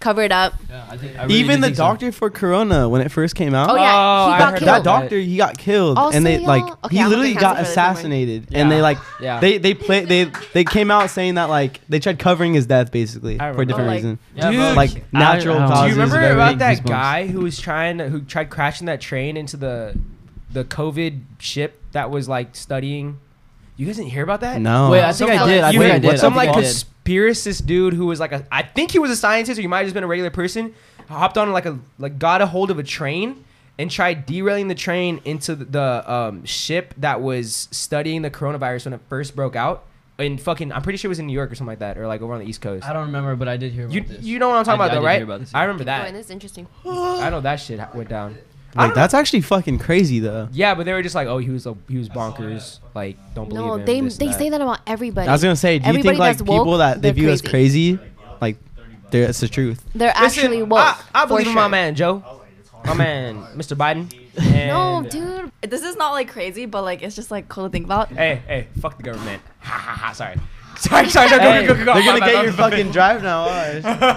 covered up.
Yeah, I think, I really
Even
do
the
think so.
doctor for Corona when it first came out.
Oh yeah,
Oh, I
he got
heard
killed.
That doctor, he got killed,
Also,
and they
y'all-
like
okay,
he
I'm
literally
gonna
got
cancel for this, don't worry.
assassinated, and they like
Yeah.
they they play they they came out saying that like they tried covering his death basically
I
for a
remember.
different
Oh, like-
reason,
Yeah,
Dude,
bro.
do
like natural
I don't know.
causes.
Do you remember
of everything.
about that
Goosebumps.
guy who was trying, who tried crashing that train into the, the COVID ship that was like studying? You guys didn't hear about that?
No.
Wait, I think I
Some-
did. I
you
think I
heard
did.
some like
I think I did.
conspiracist dude who was like a I think he was a scientist or you might have just been a regular person hopped on like a like got a hold of a train and tried derailing the train into the, the um, ship that was studying the coronavirus when it first broke out in fucking I'm pretty sure it was in New York or something like that or like over on the East Coast.
I don't remember, but I did hear about
You
this.
you know what I'm talking
I- I
about
did
though,
hear
right?
about this, yeah.
I remember
Oh, and
that.
this is interesting.
I know that shit ha- went down.
Like that's actually fucking crazy though.
Yeah, but they were just like, oh, he was a, he was bonkers. Like, don't believe
No,
him.
they
this
they
and
say that about everybody.
I was gonna say, do you
Everybody
think like
that's woke,
people that they
they're
view as crazy, like they're- it's the truth?
They're
Listen,
actually woke.
I, I
for
believe in my
sure.
man Joe, my man Mr. Biden. And
No, dude.
this is not like crazy, but like it's just like cool to think about.
Hey, hey, fuck the government. Ha ha ha. Sorry. Sorry, sorry. No, go, go, go, go, go.
They're gonna
My
get
bad,
your
my bad.
fucking drive now.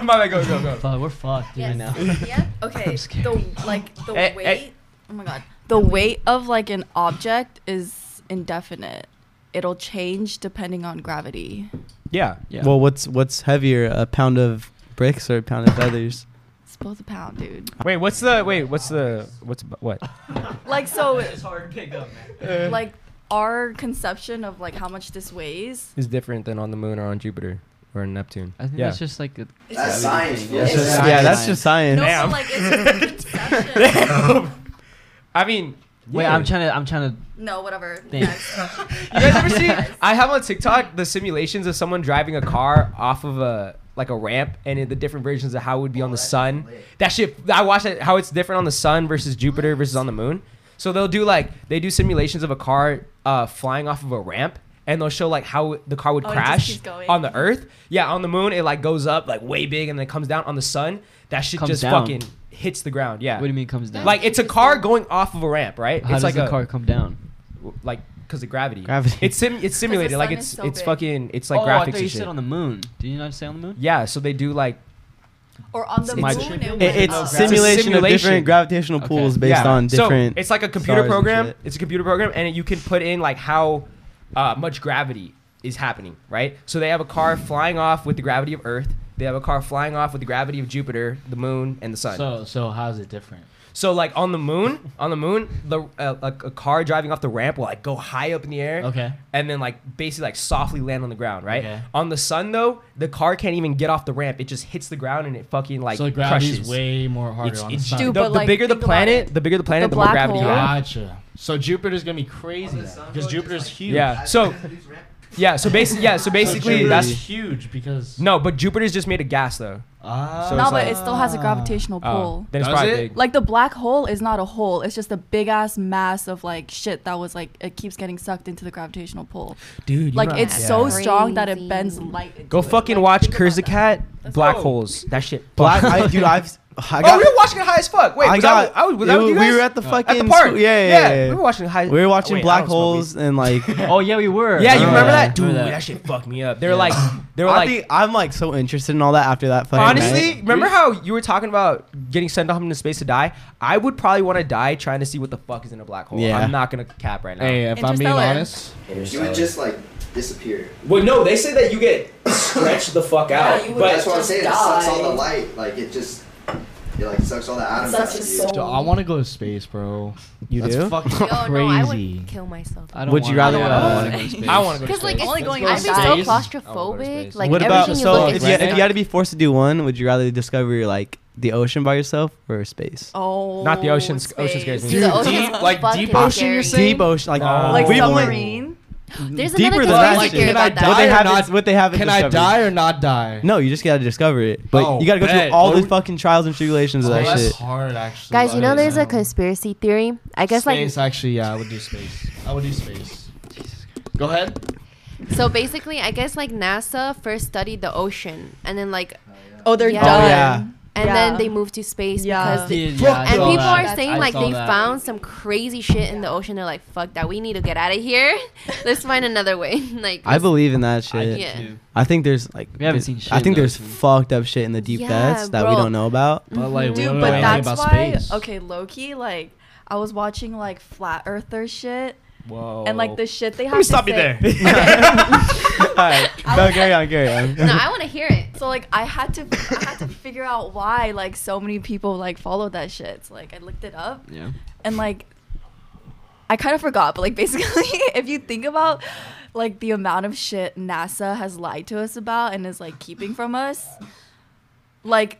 My bad. Go, go, go.
Fuck, we're fucked, dude.
Yes.
Now.
Yeah.
Okay, the like the
Eh, eh.
weight. Oh my god, the weight of like an object is indefinite. It'll change depending on gravity.
Yeah.
Yeah.
Well, what's what's heavier, a pound of bricks or a pound of feathers?
It's both a pound, dude.
Wait, what's the wait? What's the what's what?
Like so,
hard to pick up, man.
like our conception of like how much this weighs.
Is different than on the moon or on Jupiter or Neptune.
I think
yeah.
that's just like a,
That's science.
That's just- yeah, that's just science.
No, but,
Damn.
like it's just a conception.
I mean,
wait.
yeah.
I'm trying to. I'm trying to.
no, whatever.
Thank-
Next.
You guys ever see? I have on TikTok the simulations of someone driving a car off of a like a ramp, and it- the different versions of how it would
Oh,
be on the sun. That shit, I watched it. How it's different on the sun versus Jupiter versus on the moon. So they'll do like they do simulations of a car uh, flying off of a ramp. And they'll show like how the car would
Oh, it just
crash
keeps going.
on the Earth. Yeah, on the Moon it like goes up like way big and then comes down. On the Sun, that shit
Comes
just
down.
fucking hits the ground. Yeah,
What do you mean comes down?
like it's a car going off of a ramp, right?
how
it's
does
like
the
a
car come down?
like because of gravity.
Gravity.
Mm. It's sim- it's simulated. Like
sun
it's
is so
it's
big.
fucking it's like
oh, I
graphics
thought you
and
said
shit.
on the moon. Did you not say on the moon?
yeah, so they do like
Or on the
My-
moon, it
It-
went
it's
up.
simulation, of
simulation.
different gravitational
Okay.
pools based
yeah.
on different.
So it's like a computer
stars and
program.
shit.
It's a computer program, and you can put in like how uh, much gravity is happening, right? So they have a car flying off with the gravity of Earth. They have a car flying off with the gravity of Jupiter, the Moon, and the Sun.
so so how's it different?
So like on the moon, on the moon, the uh, like a car driving off the ramp will like go high up in the air,
Okay.
and then like basically like softly land on the ground, right?
Okay.
On the sun though, the car can't even get off the ramp; it just hits the ground and it fucking like
so the gravity's
crushes.
way more harder
It's-
on the
it's-
sun.
Dude,
the,
but,
the
like,
bigger the
think about
planet,
it.
the bigger the planet,
The
the, more
black
gravity. you
hole.
have.
Gotcha. So Jupiter's gonna be crazy because Jupiter's huge.
Yeah. So yeah. So basically, yeah. So
So
basically,
Jupiter's
that's
huge because
no. But Jupiter's just made of gas though.
Ah.
So
Oh, No,
it's
but
like-
it still has a gravitational
Oh,
pull.
then it's
Does
probably
it?
big.
Like the black hole is not a hole. It's just a big ass mass of like shit that was like it keeps getting sucked into the gravitational pull.
dude.
Like it's so
Yeah.
strong that
Crazy.
it bends light. into
Go
it.
fucking
Like,
watch
think about that.
Kurzakat, black
go.
holes. That shit.
black. I, dude, I've. I
oh,
got,
we were watching it high as fuck. Wait,
I
was
got.
I, I was, was
it
that with you
we
guys?
were at the fucking
at the park.
school- Yeah, yeah, yeah.
We were watching high.
We were watching
Oh, wait, I
black
don't smoke
holes and like.
Oh yeah, we were.
weed. Yeah, you
Yeah.
remember that, dude?
Remember that.
That shit fucked me up. They were like, they were
I
like,
think I'm like so interested in all that after that fucking
honestly,
night.
remember how you were talking about getting sent off into space to die? I would probably want to die trying to see what the fuck is in a black hole.
Yeah.
I'm not gonna cap right now.
Hey, if I'm being
Interstellar.
honest,
You would just like disappear.
Well, no, they say that you get stretched the fuck
Yeah, out, you would-
That's what I'm
Just
saying. It sucks all
die.
the light. Like it just. It like sucks all the atoms out
Sucks
of you.
his soul.
Dude, I want to go to space, bro.
You
That's
do?
fucking
Yo, no, I
crazy.
would kill myself.
I don't
Would you rather,
wanna- I don't wanna
uh,
go to space.
I want to go.
Because
To
like
space.
Let's go
it's-
to
I'd be
space.
so
Space?
claustrophobic.
space.
Like
what about
everything you
so
look
if
is
you, if
just-
you had to be forced to do one, would you rather discover like the ocean by yourself or space?
Oh,
Not the ocean- ocean scares me.
Dude, the ocean's
deep- like
fucking
deep ocean,
scary.
you're
Deep ocean, like, uh,
Nah.
Like
We've
submarine.
There's
deeper
another
than that
conspiracy
shit.
theory
Can
I
about
What
die
they
or
that.
haven't,
not-
what they haven't.
Can I
discovered.
die or not die?
No, you just gotta discover it. But
Oh,
you gotta go
bet.
through all
Oh,
the fucking trials and tribulations of
Oh,
that
that's
shit.
hard, actually.
Guys, you
That
know
is-
there's a conspiracy theory. I guess like
space. Actually, yeah, I would do space. I would do space. Go ahead.
so basically, I guess like NASA first studied the ocean, and then like
Oh, they're
Yeah.
done.
Oh yeah,
and
Yeah.
then they moved to space
Yeah.
because
Yeah,
Fuck
I
and
saw
people
that.
are saying
I
like
saw
they
that.
found some crazy shit in the ocean. They're like, "Fuck that! We need to get out of here. Let's find another way." like
I believe in that
I
shit.
did
Yeah.
too.
I think there's like
We haven't
there's-
seen shit
I
in
think
the
there's
ocean.
fucked up shit in the deep
Yeah,
depths that we
bro. Mm-hmm.
don't know about.
But like,
Mm-hmm. Dude,
what do
but
I think
that's
about
why.
space?
Okay, Loki. Like, I was watching like flat earther shit,
Whoa.
and like the shit they have.
Let me
to
stop you
say-
there.
all right, no, carry on, carry on.
no, I want to hear it.
So like I had to I had to figure out why like so many people like followed that shit. So like I looked it up
Yeah.
and like I kind of forgot, but like basically if you think about like the amount of shit NASA has lied to us about and is like keeping from us, like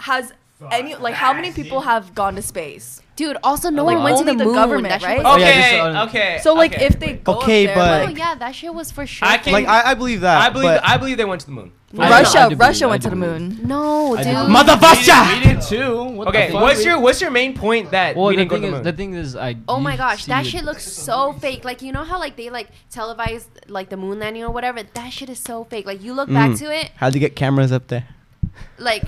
has any like how many people have gone to space?
Dude, also no
Like,
one went to
only
the,
the
moon.
government,
That shit
right?
was-
Oh,
Okay.
yeah, just, uh,
okay.
So like
okay,
if they
wait.
go
Okay,
up there,
but-
Oh
like,
yeah, that shit was for sure.
I can-
Like I, I believe that.
I believe,
but-
I believe they went to the moon.
I
Russia,
don't- I do
Russia
believe-
went to
I
the
do believe.
moon.
no, dude.
We did too. What the
Okay,
fuck?
what's your what's your main point that
Well,
we
the
didn't go to
thing
the moon?
is, the thing is, I.
Oh
you
my gosh,
see
that
it-
shit looks so fake. Like you know how like they like televised like the moon landing or whatever. That shit is so fake. Like you look back
Mm.
to it,
How'd you get cameras up there?
like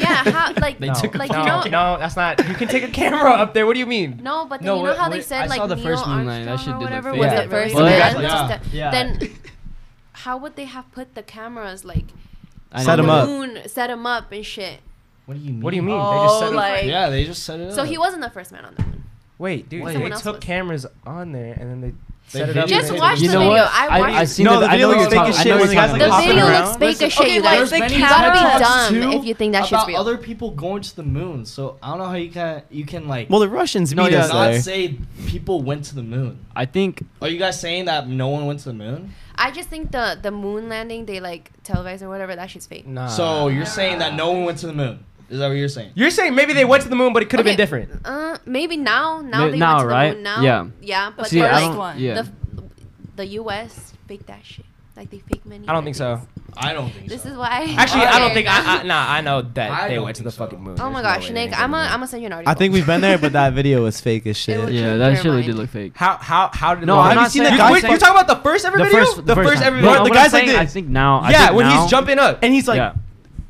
yeah, how like
They
no,
took a
like
no,
you know
no, that's not. You can take a camera up there. What do you mean?
No, but then
No,
you know
wh-
how they
wh-
said
I
like
saw the
Neil
first moon night.
Armstrong
That shit
or
did look
whatever
fake.
was
Yeah.
the first
Well,
man
yeah.
to step-
Yeah.
Then how would they have put the cameras like
I
Set
on
know.
'em
the
up.
moon, set him up and shit?
What do you mean?
What do you mean? they just
Oh,
said
like
Yeah, they just set it up.
So he wasn't the first man on the moon.
wait, dude.
Wait.
They
Someone else
took
was.
cameras on there and then they,
They
set it
hid
up.
it.
and
Just
they-
watch
You
the
know
video.
what?
I
I,
watched
I
it.
seen
No,
the,
the
I know
video
what
looks
you're
fake as
talking- I
shit
know
when
what
the
you're
guy's, like,
talking
The
about.
hopping
video
around.
looks fake as
Listen,
shit.
okay,
you
like,
guys.
the
you
camera
gotta
talks
be dumb
too
if you think that shit's
about
real.
other people going to the moon. So I don't know how you can you can like
Well, the Russians
No,
beat
you're
us
not
there.
say people went to the moon.
I think
Are you guys saying that no one went to the moon?
I just think the the moon landing they like televised or whatever that shit's fake.
Nah.
so you're saying that no one went to the moon. Is that what you're saying?
you're saying maybe they went to the moon, but it could have
Okay.
been different.
Uh, maybe now now
Ma-
they
now,
went to the
right?
moon now.
Yeah.
yeah, but
See,
first
I
don't-
one.
Yeah.
the the U.S. faked that shit. Like they fake many.
I don't think so.
landings.
I don't think
This
so.
is why.
Actually, I don't
Okay.
think. I, I nah. I know that
I
they
don't
went to
think
the
so.
fucking moon.
Oh my
There's no
gosh,
way they
Nick,
didn't go to
I'm
the
a,
moon.
I'm gonna send you an article.
I think we've been there, but that video was fake as shit.
was-
yeah,
change
that
your
shit really did
mind.
look fake.
How how how did? it
No,
go?
I'm
Have
not
you seen
saying-
the
I'm
guy?
saying-
You're talking about the first ever
The
video.
first, the first
ever
time.
video.
No,
the
what
guy's
I'm
like
saying,
this.
I think now. I
yeah,
think
when
now-
he's jumping up.
And he's like,
Yeah.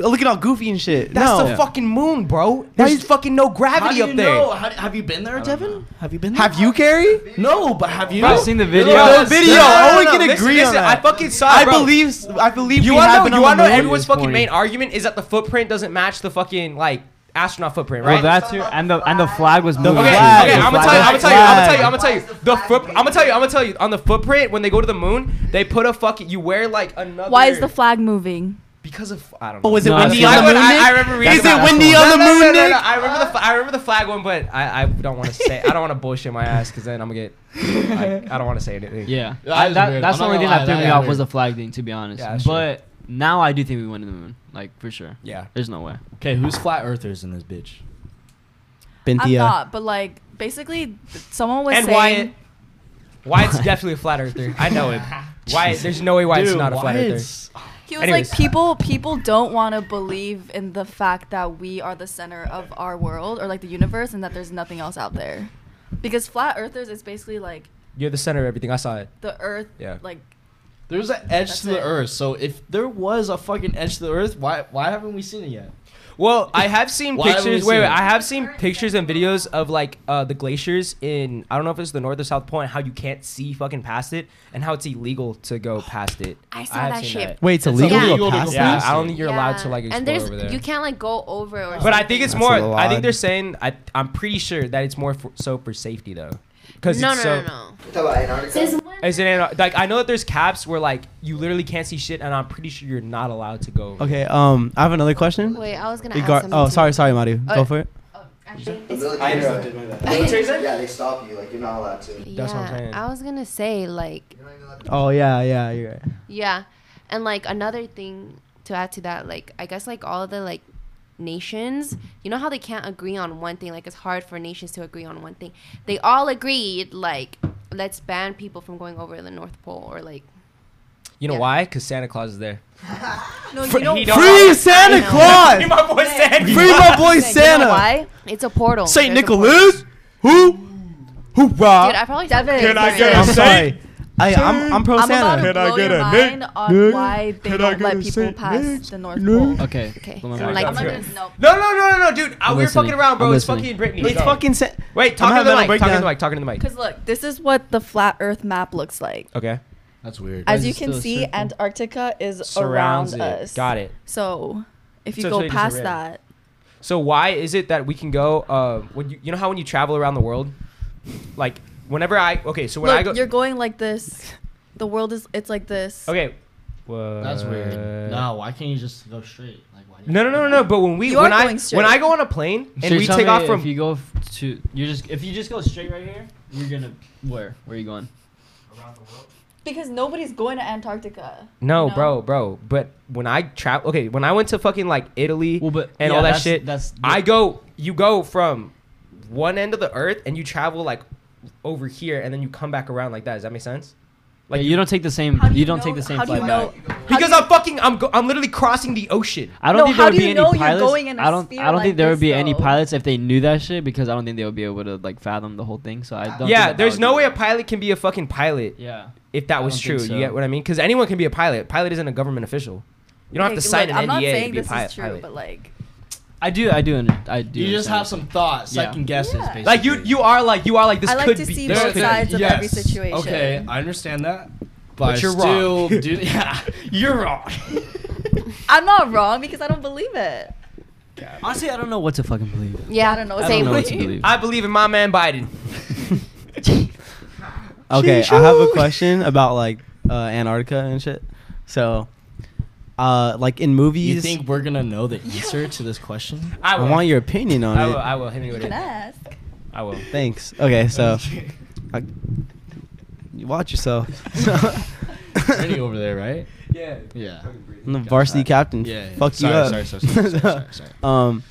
looking all goofy and shit.
That's
no.
the fucking moon, bro.
Why
There's
is-
fucking no gravity up there.
How, have you been there, Devin? Have you been
Have you, Carrie?
No, but have you?
Bro, I've seen the video.
Bro,
the video.
No, no, no,
Only
no.
can
Listen,
agree on
listen,
that.
I fucking saw. it,
I
bro.
believe. I believe.
You
we have
wanna
been
know?
on
You wanna know?
the moon.
Everyone's
It's
fucking
corny.
main argument is that the footprint doesn't match the fucking like astronaut footprint,
Well,
right?
that too, and the and the flag was moving.
Okay,
flag,
okay,
the
I'm gonna
flag,
tell
the
you, I'm gonna tell you, I'm gonna tell
flag.
you, I'm gonna tell you. The foot, I'm gonna tell you, I'm gonna tell you. On the footprint, when they go to the moon, they put a fucking. You wear like another.
why is the flag moving?
because of I don't know.
Oh, is it
No,
windy
that's
on the
not-
moon?
I,
Nick?
I remember reading
Is
about
it
that.
windy on the
No, no,
moon,
No, no, no,
Nick?
I remember the f- I remember the flag one, but I, I don't want to say I don't want to bullshit my ass because then I'm gonna get like, I don't want to say anything.
Yeah,
That
I-
is
that-
weird.
that's
I'm
the
not
only thing
gonna lie,
that threw
that
me
is
off
weird.
was the flag thing, to be honest.
Yeah, that's
but now I do think we went to the moon, like for sure.
yeah.
There's no way.
Okay, who's flat earthers in this bitch?
I'm
Bintia.
not, but like basically th- someone was
And
saying
Wyatt, Wyatt's definitely a flat earther. I know it. Wyatt, there's no way Wyatt's not a flat earther.
he was
Anyways.
like people people don't want to believe in the fact that we are the center of our world or like the universe and that there's nothing else out there. Because flat earthers is basically like
You're the center of everything. I saw it.
the earth
Yeah.
like
There's an edge
That's
to the
it.
earth. So if there was a fucking edge to the earth, why why haven't we seen it yet?
Well, I have seen
Why haven't we
pictures. Wait,
seen
wait.
it?
I have seen pictures and videos of like uh, the glaciers in. I don't know if it's the north or south pole, and how you can't see fucking past it, and how it's illegal to go past it.
I saw
have
that
seen
shit.
Wait, it's
It's
illegal to go
illegal to go
past
Yeah,
this?
I don't think you're allowed
Yeah.
to like explore
and there's
over there.
you can't like go over or.
but I think it's
That's
more.
a
I think
lot.
they're saying. I I'm pretty sure that it's more for, so for safety though. Because
no,
it's
no,
so.
no,
Oh.
no.
You talk about Antarctica?
This one.
Is it in- like I know that there's caps where like you literally can't see shit, and I'm pretty sure you're not allowed to go. over.
Okay. Um, I have another question.
Wait, I was gonna ask
Regar-
something
oh,
too.
sorry, sorry, Madhu.
Oh,
Go for it.
Oh, actually,
The
this-
military is
interrupted,
there.
my
The military
there?
Yeah, they stop you. Like you're not allowed to.
yeah,
That's what I'm saying.
I was gonna say like
You're not even allowed to-
Oh yeah, yeah, you're right.
Yeah. And like another thing to add to that, like I guess like all the like nations, you know how they can't agree on one thing, like it's hard for nations to agree on one thing. They all agreed like let's ban people from going over the North Pole or like
You know
Yeah.
why? Because Santa Claus is there.
No, you
Free-
know
he
why?
don't-
Free
I
Santa
know.
Free
Claus!
my boy Santa.
Free my boy
Like, you know
Santa!
why?
it's a portal.
Saint
There's a portal.
Nicholas? Who? Who
Dude,
robbed?
I probably sound
Devin.
crazy
Can I
right
get a
now.
I'm sorry. I, I'm, I'm pro
I'm about to
Santa.
blow your mind on why they don't let people pass the North Pole.
Okay.
Okay.
Let
so,
me back
like,
up.
I'm
Okay.
not gonna, no.
No, no, no, no, no, dude. I,
I'm
we're
listening.
fucking around, bro.
I'm
it's
listening.
fucking Britney.
It's
bro.
fucking Santa.
Wait,
I'm
talking to
having
the
a
mic. Talking to the
breakdown.
mic. Talking to the mic.
Because look, this is what the flat Earth map looks like.
Okay.
That's weird.
Guys,
As you
it's
can
still a
see,
circle.
Antarctica is
Surrounds
around
it.
us.
Got it.
So if you
So-
go
so it is
past
around.
that,
So why is it that we can go? Uh, when you, you know how when you travel around the world, like whenever I okay, so when
look,
I go
you're going like this. The world is it's like this.
okay.
That's
Uh,
weird.
No.
No, why can't you just go straight? Like why? do you-
No, no, no, no. But when we
You are
when I
going straight.
when I go on a plane and
So you're
we
telling
take
me
off from
If you go f- to, you're just if you just go straight right here, you're gonna where? Where are you going?
Because nobody's going to Antarctica.
no,
you know?
bro, bro. But when I travel, okay, when I went to fucking like Italy
Well, but
and
yeah,
all that
that's-
shit,
That's
I go you go from one end of the earth and you travel like over here and then you come back around like that. Does that make sense?
like you don't take the same.
How do
you,
you
don't
know-
take the same
how do you
flight
know-
back.
How do
Because
you-
I'm fucking I'm go- I'm literally crossing the ocean.
I don't
No,
think
how
there would
do
be
you
any
know you're
pilots.
going in a
I don't.
sphere
I don't
like
think there would
this,
be any
though?
pilots if they knew that shit because I don't think they would be able to like fathom the whole thing. So I don't. think
yeah,
that
there's
would
no
be-
way a pilot can be a fucking pilot
Yeah.
if that
I
was
don't
true.
think so.
You get what I mean? Because anyone can be a pilot. Pilot isn't a government official. You don't
Okay,
have to sign
look,
an
I'm not
NDA
saying
to be a
this
pilot.
is true,
pilot.
but like,
I do. I do. Under, I do.
You just
understand.
have some thoughts,
Yeah.
second guesses.
Yeah.
Basically.
like you, you are like you are like this
I like
could
to
be.
see
this
both
could
sides
be.
of every situation.
Okay, I understand that, but,
But
I
you're
still
wrong.
do- yeah, you're wrong.
I'm not wrong because I don't believe it.
Honestly, I don't know what to fucking believe.
yeah,
I don't know.
I
Same.
don't know what to believe.
I believe in my man Biden.
Okay, I have a question about like uh, Antarctica and shit. So, uh, like in
you
movies,
think we're gonna know the answer to this question?
I
I
will.
want your opinion on
I
it.
will. I will. Hit me
You
with
can
it.
ask.
I will.
Thanks. Okay, so I, you watch yourself.
Ernie over there, right?
Yeah.
Yeah.
I'm the varsity captain.
Yeah, yeah.
Fuck
Sorry,
you up.
sorry, sorry, sorry, sorry, sorry, sorry.
um,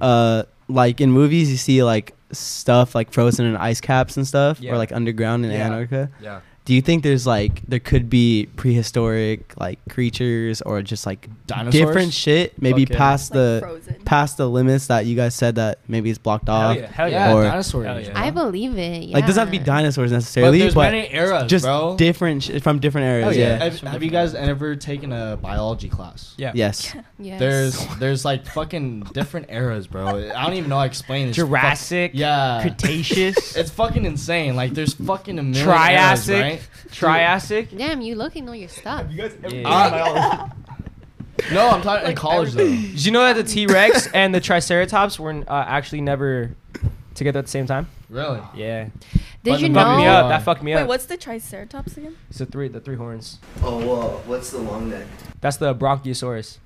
uh, like in movies, you see like stuff like frozen in ice caps and stuff,
Yeah.
or like underground in
Yeah.
Antarctica.
Yeah.
Do you think there's like there could be prehistoric like creatures or just like
Dinosaurs?
different shit? Maybe
Okay.
past
Like
the
frozen.
past the limits that you guys said that maybe it's blocked off.
yeah. Hell
yeah,
yeah.
Uh, Or-
dinosaurs.
Hell yeah.
bro.
I believe it. Yeah.
Like doesn't have to be dinosaurs
But
necessarily,
there's
but,
many eras,
just
bro.
different sh- from different
Hell
areas.
yeah.
Oh, yeah.
Have, have you guys ever taken a biology class?
Yeah.
Yes.
Yes.
There's there's like fucking different eras, bro. I don't even know how to explain this.
Jurassic.
yeah.
Cretaceous.
It's fucking insane. Like there's fucking a million
Triassic.
eras, right?
Triassic.
Damn, you look and know your stuff.
Uh, no, I'm talking in college though.
Did you know that the T Rex and the Triceratops were uh, actually never together at the same time?
Really?
Yeah.
Did you
Fucking
Fuck
know?
me up. That fucked me
Wait,
up.
what's the Triceratops again?
It's the three the three horns.
Oh whoa, what's the long neck?
That's the Bronchiosaurus.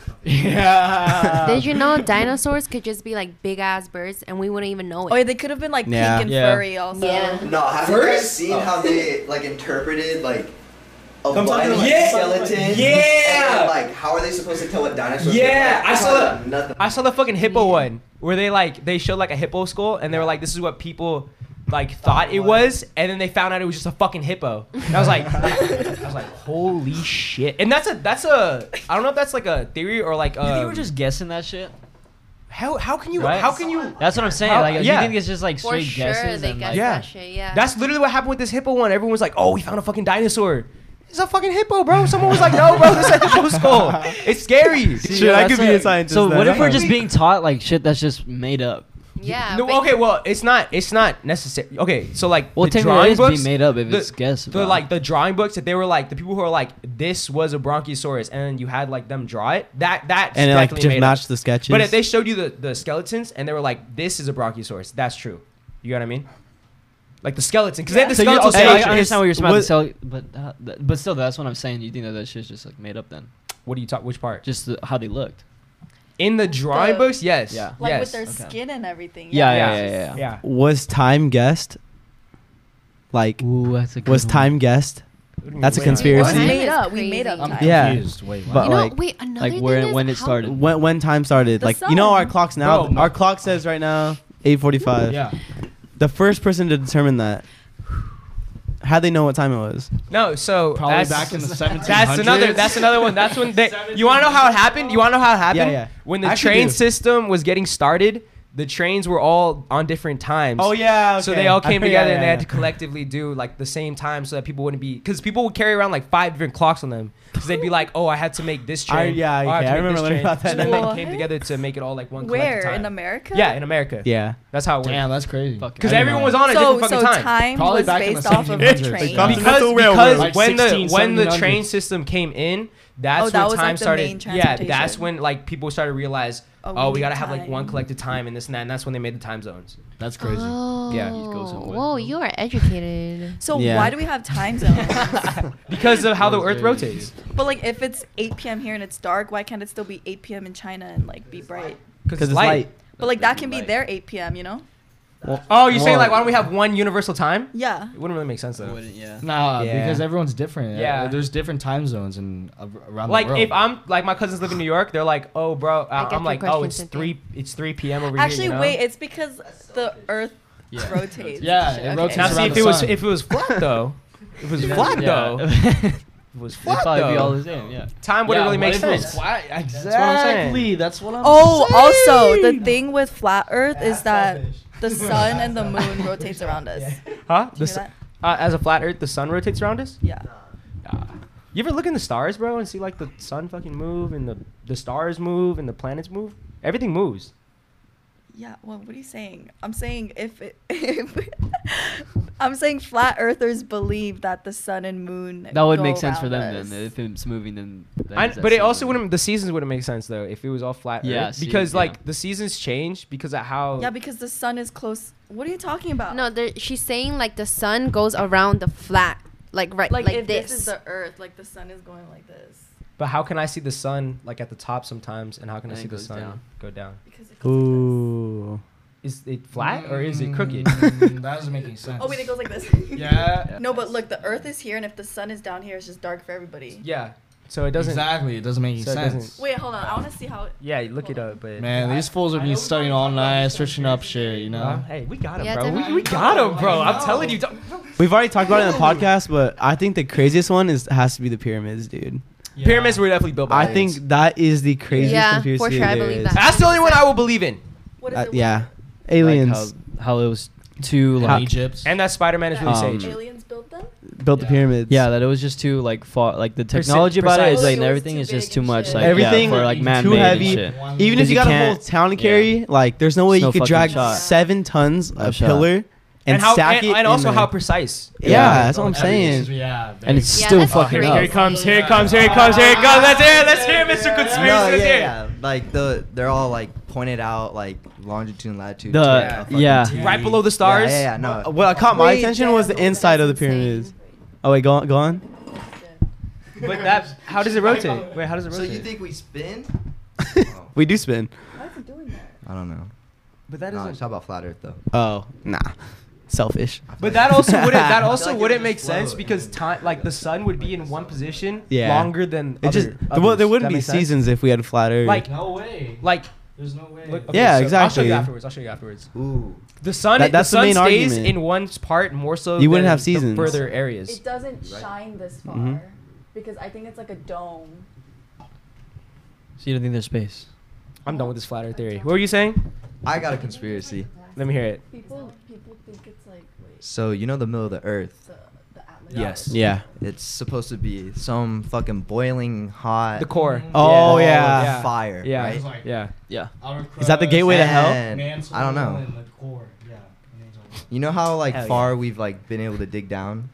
Yeah.
Um,
Did you know dinosaurs could just be like big ass birds and we wouldn't even know it?
Oh, yeah, they could have been like
Yeah.
pink and
Yeah.
furry also.
Yeah.
No, have you guys seen
Oh.
how they like interpreted like a bunny
like, yeah,
skeleton?
yeah.
And then, like, how are they supposed to tell what dinosaurs? look
Yeah,
like?
I saw
Probably
that.
Nothing.
I saw the fucking hippo one where they like they showed like a hippo skull and they were like, this is what people like thought it was, and then they found out it was just a fucking hippo. And I was like, I was like, holy shit! And that's a that's a I don't know if that's like a theory or like
you think
um,
we're just guessing that shit?
how how can you
Right?
how can you
That's what I'm saying.
How-
like,
yeah.
you think it's just like
For
straight
sure,
guesses?
they
and,
guess
like,
Yeah.
that shit. Yeah.
That's literally what happened with this hippo one. Everyone was like, "Oh, we found a fucking dinosaur." It's a fucking hippo, bro. Someone was like, "No, bro, this is a hippo skull. It's scary."
Shit, I
that's
could be a
what-
scientist.
So
then.
what if we're just being taught like shit that's just made up?
yeah.
No,
but-
okay, well, it's not. It's not necessary. Okay, so like
Well,
the
technically,
drawing
it's being
books,
made up if
the-
it's guessed.
the like the drawing books that they were like the people who are like this was a bronchiosaurus, and then you had like them draw it. That that
and it like
definitely
just
made
matched
up.
the sketches.
But if they showed you the the skeletons and they were like, "This is a bronchiosaurus," that's true. You know what I mean? like the skeleton, because they had the
So you,
skeleton
okay, I
statue.
understand what you're
what-
smiling, so- but uh, th- but still, that's what I'm saying. You think that that shit's just like made up then?
What do you talk? Which part?
Just the, how they looked.
In the drawing
The-
books, yes.
Yeah.
Like
yes.
with their
okay.
skin and everything.
Yeah,
yeah,
it's
yeah,
just-
yeah.
Was time guessed? Like,
Ooh, that's a
was time guessed? That's a
Wait,
conspiracy.
We
Time
made
is
up. We made up.
crazy.
time.
Yeah.
Confused. Wait,
But
you know,
like-
wait, another
Like,
thing
where-
is
when it
how-
started.
When when time started?
The
like, you know
sun.
our clocks now.
Bro, my-
our clock says right now eight forty five.
yeah.
The first person to determine that. How they know what time it was?
No, so
Probably
that's-
back in the 1700s.
That's another. That's another one. That's when they. You want to know how it happened? You want to know how it happened?
yeah.
When the
I actually
train
do.
system was getting started, the trains were all on different times.
Oh, yeah.
So they all came together and they had to collectively do like the same time so that people wouldn't be because people would carry around like five different clocks on them because they'd be like, oh, I had to make this
I-
train.
yeah,
oh, had
okay,
to
I
make
remember
this
learning
train.
about that
So then they
now.
came together to make it all like one. collective
Where
time.
in America?
Yeah, in America.
Yeah.
That's how it works.
Damn, that's crazy.
Fucking-
Because
I didn't
everyone
know
was
that.
on at
So
different fucking
so
time.
time
Probably
was
back in
based
the
off of a
1700s.
train.
Like,
because,
Continental
because
Railroad.
Like
when
16,
the when the
1700s.
train system came in, that's
Oh, that
when
was,
time
like, the
started.
main
yeah,
transportation.
that's when like people started to realize,
Oh,
oh,
we
we,
need
gotta have like
time.
one collected time and this and that, and that's when they made the time zones.
That's crazy.
Oh,
Yeah.
Just goes in with-
whoa, you are educated.
So
Yeah.
why do we have time zones?
Because of how the
That was
Earth
very
rotates.
but like, if it's 8 p.m. here and it's dark, why can't it still be 8 p.m. in China and like be bright?
Because
Because it's light.
But like that can be their 8 p.m. You know?
Oh, you're saying
Well-
like why don't we have one universal time?
Yeah.
It wouldn't really make sense though.
Wouldn't- Yeah.
Nah,
Yeah.
because everyone's different.
Yeah.
Yeah, there's different time zones and around
Like
the world.
if I'm like my cousins live in New York, they're like, oh bro, I,
get
I'm
your
like, oh
question,
it's
Cynthia.
three, it's three p.m. over
Actually,
here. you know?
wait. It's because the Earth
Yeah.
rotates.
Uh,
Yeah,
Shit,
it
okay.
rotates
now
It's
see
around
if
the
it was
sun.
if it was flat though, if it was flat though, if
Yeah.
it was
It'd
flat
probably be all
though,
the same. Yeah.
time wouldn't really make sense.
Exactly. That's what I'm.
Oh, also the thing with flat Earth is that the sun and the moon rotates around us.
Huh?
Do you
The
hear
sun,
that?
uh, as a flat Earth, the sun rotates around us.
Yeah.
You ever look in the stars, bro, and see like the sun fucking move and the the stars move and the planets move. Everything moves.
Yeah. Well, what are you saying? I'm saying if, it, if I'm saying flat Earthers believe that the sun and moon
That would
go
make sense for
around
them
us.
then. If it's moving, then. that
I,
means
but
that's
it also
moving.
wouldn't. The seasons wouldn't make sense though if it was all flat.
Yeah,
Earth,
see,
because
yeah.
like the seasons change because of
Oh.
how.
yeah, because the sun is close. What are you talking about?
No, there, she's saying like the sun goes around the flat, like right,
like,
like,
if
this.
this. is the Earth, like the sun is going like this
but how can I see the sun like at the top sometimes, and how can I
And it
see the
goes
sun
down.
go down?
because it goes
Ooh.
Is it flat or is it crooked?
Mm, that doesn't make any sense.
like this. Oh wait, it goes like this.
Yeah.
No, but look, the Earth is here, and if the sun is down here, it's just dark for everybody.
yeah. So it doesn't.
Exactly. It doesn't make any
So it doesn't-
sense.
Wait, hold on. I want to see how.
Yeah, you look it up, but
Man, these fools would be studying all night, searching up shit. You
Uh,
know.
hey, we got him,
Yeah,
bro. We,
definitely.
we got him, bro. I'm telling you. don't-
We've already talked about it in the podcast, but I think the craziest one is has to be the pyramids, dude.
Pyramids were definitely built by
I
aliens.
think that is the craziest
Yeah,
conspiracy
for sure, I
there
believe
is.
that.
That's the only one I will believe in.
What is
Uh,
it?
yeah,
Like
aliens
how, how it was too
How-
like.
Egypt.
And that Spider Man is really
Um,
sage.
Aliens built them.
built
Yeah.
the pyramids.
Yeah, that it was just too like far. Like the
Perce-
technology about it
precise.
is like and
Oh, it was
everything
too
is just
big
too
and
much.
shit.
Like
Everything
yeah, for like
too
man
heavy.
And shit.
Even if
Because
you
you
got a whole
can't-
town to
yeah.
carry, like there's no way
There's no
you could
fucking
drag
shot.
seven tons
No
of
shot.
pillar and,
how,
stack it.
and, and
in
also
there.
how precise.
Yeah, that's what I'm saying.
Yeah.
And it's
Yeah,
still
that's
fucking
crazy.
Here it
up.
comes, here it comes, here it comes, here it comes. Let's hear it, let's hear it, Mr. Conspiracy.
No, yeah,
let's hear it.
yeah. Like the they're all like pointed out like longitude and latitude.
The-
to, like,
yeah.
a fucking
Yeah.
T.
Right below the stars.
Yeah, yeah, yeah, no.
What caught my
Wait,
attention
damn,
was the inside of the pyramids. Oh wait, go on, go on.
But that, how does it rotate? Wait, how does it
So
rotate?
you think we spin?
we do spin.
Why is it doing that?
I don't know.
but that
No,
doesn't.
talk about flat Earth though.
Oh nah, selfish.
but that also wouldn't. That
I feel
also
like it
wouldn't
would
make
just
sense
float.
because time, like the sun, would be in one position
Yeah.
longer than.
It just
other-
well,
others.
there
That
wouldn't be
make sense?
seasons if we had flat Earth.
Like,
No way.
like.
There's no way.
Look,
Yeah,
I'll show
exactly.
you afterwards. I'll show you afterwards.
Ooh.
The sun.
That- that's
the
the
sun
main
stays
argument.
in one part more so.
You wouldn't
than
have
the
seasons.
further areas.
It doesn't
Right.
shine this far
Mm-hmm.
Mhm.
because I think it's like a dome.
So you don't think there's space?
I'm done with this flat Earth theory. What were you saying?
I got a conspiracy.
Let me hear it.
People, people think it's like wait,
So you know the middle of the Earth.
the the atmosphere.
Yes.
yeah.
It's supposed to be some fucking boiling hot.
The core.
Oh
ball of
yeah.
Yeah.
Fire.
Yeah.
Right?
Like-
Yeah.
Yeah.
Is that the gateway to hell?
And
Man's
I don't
soul
know.
and the core, yeah. And it's all-
You know how like
Hell yeah.
far we've like been able to dig down?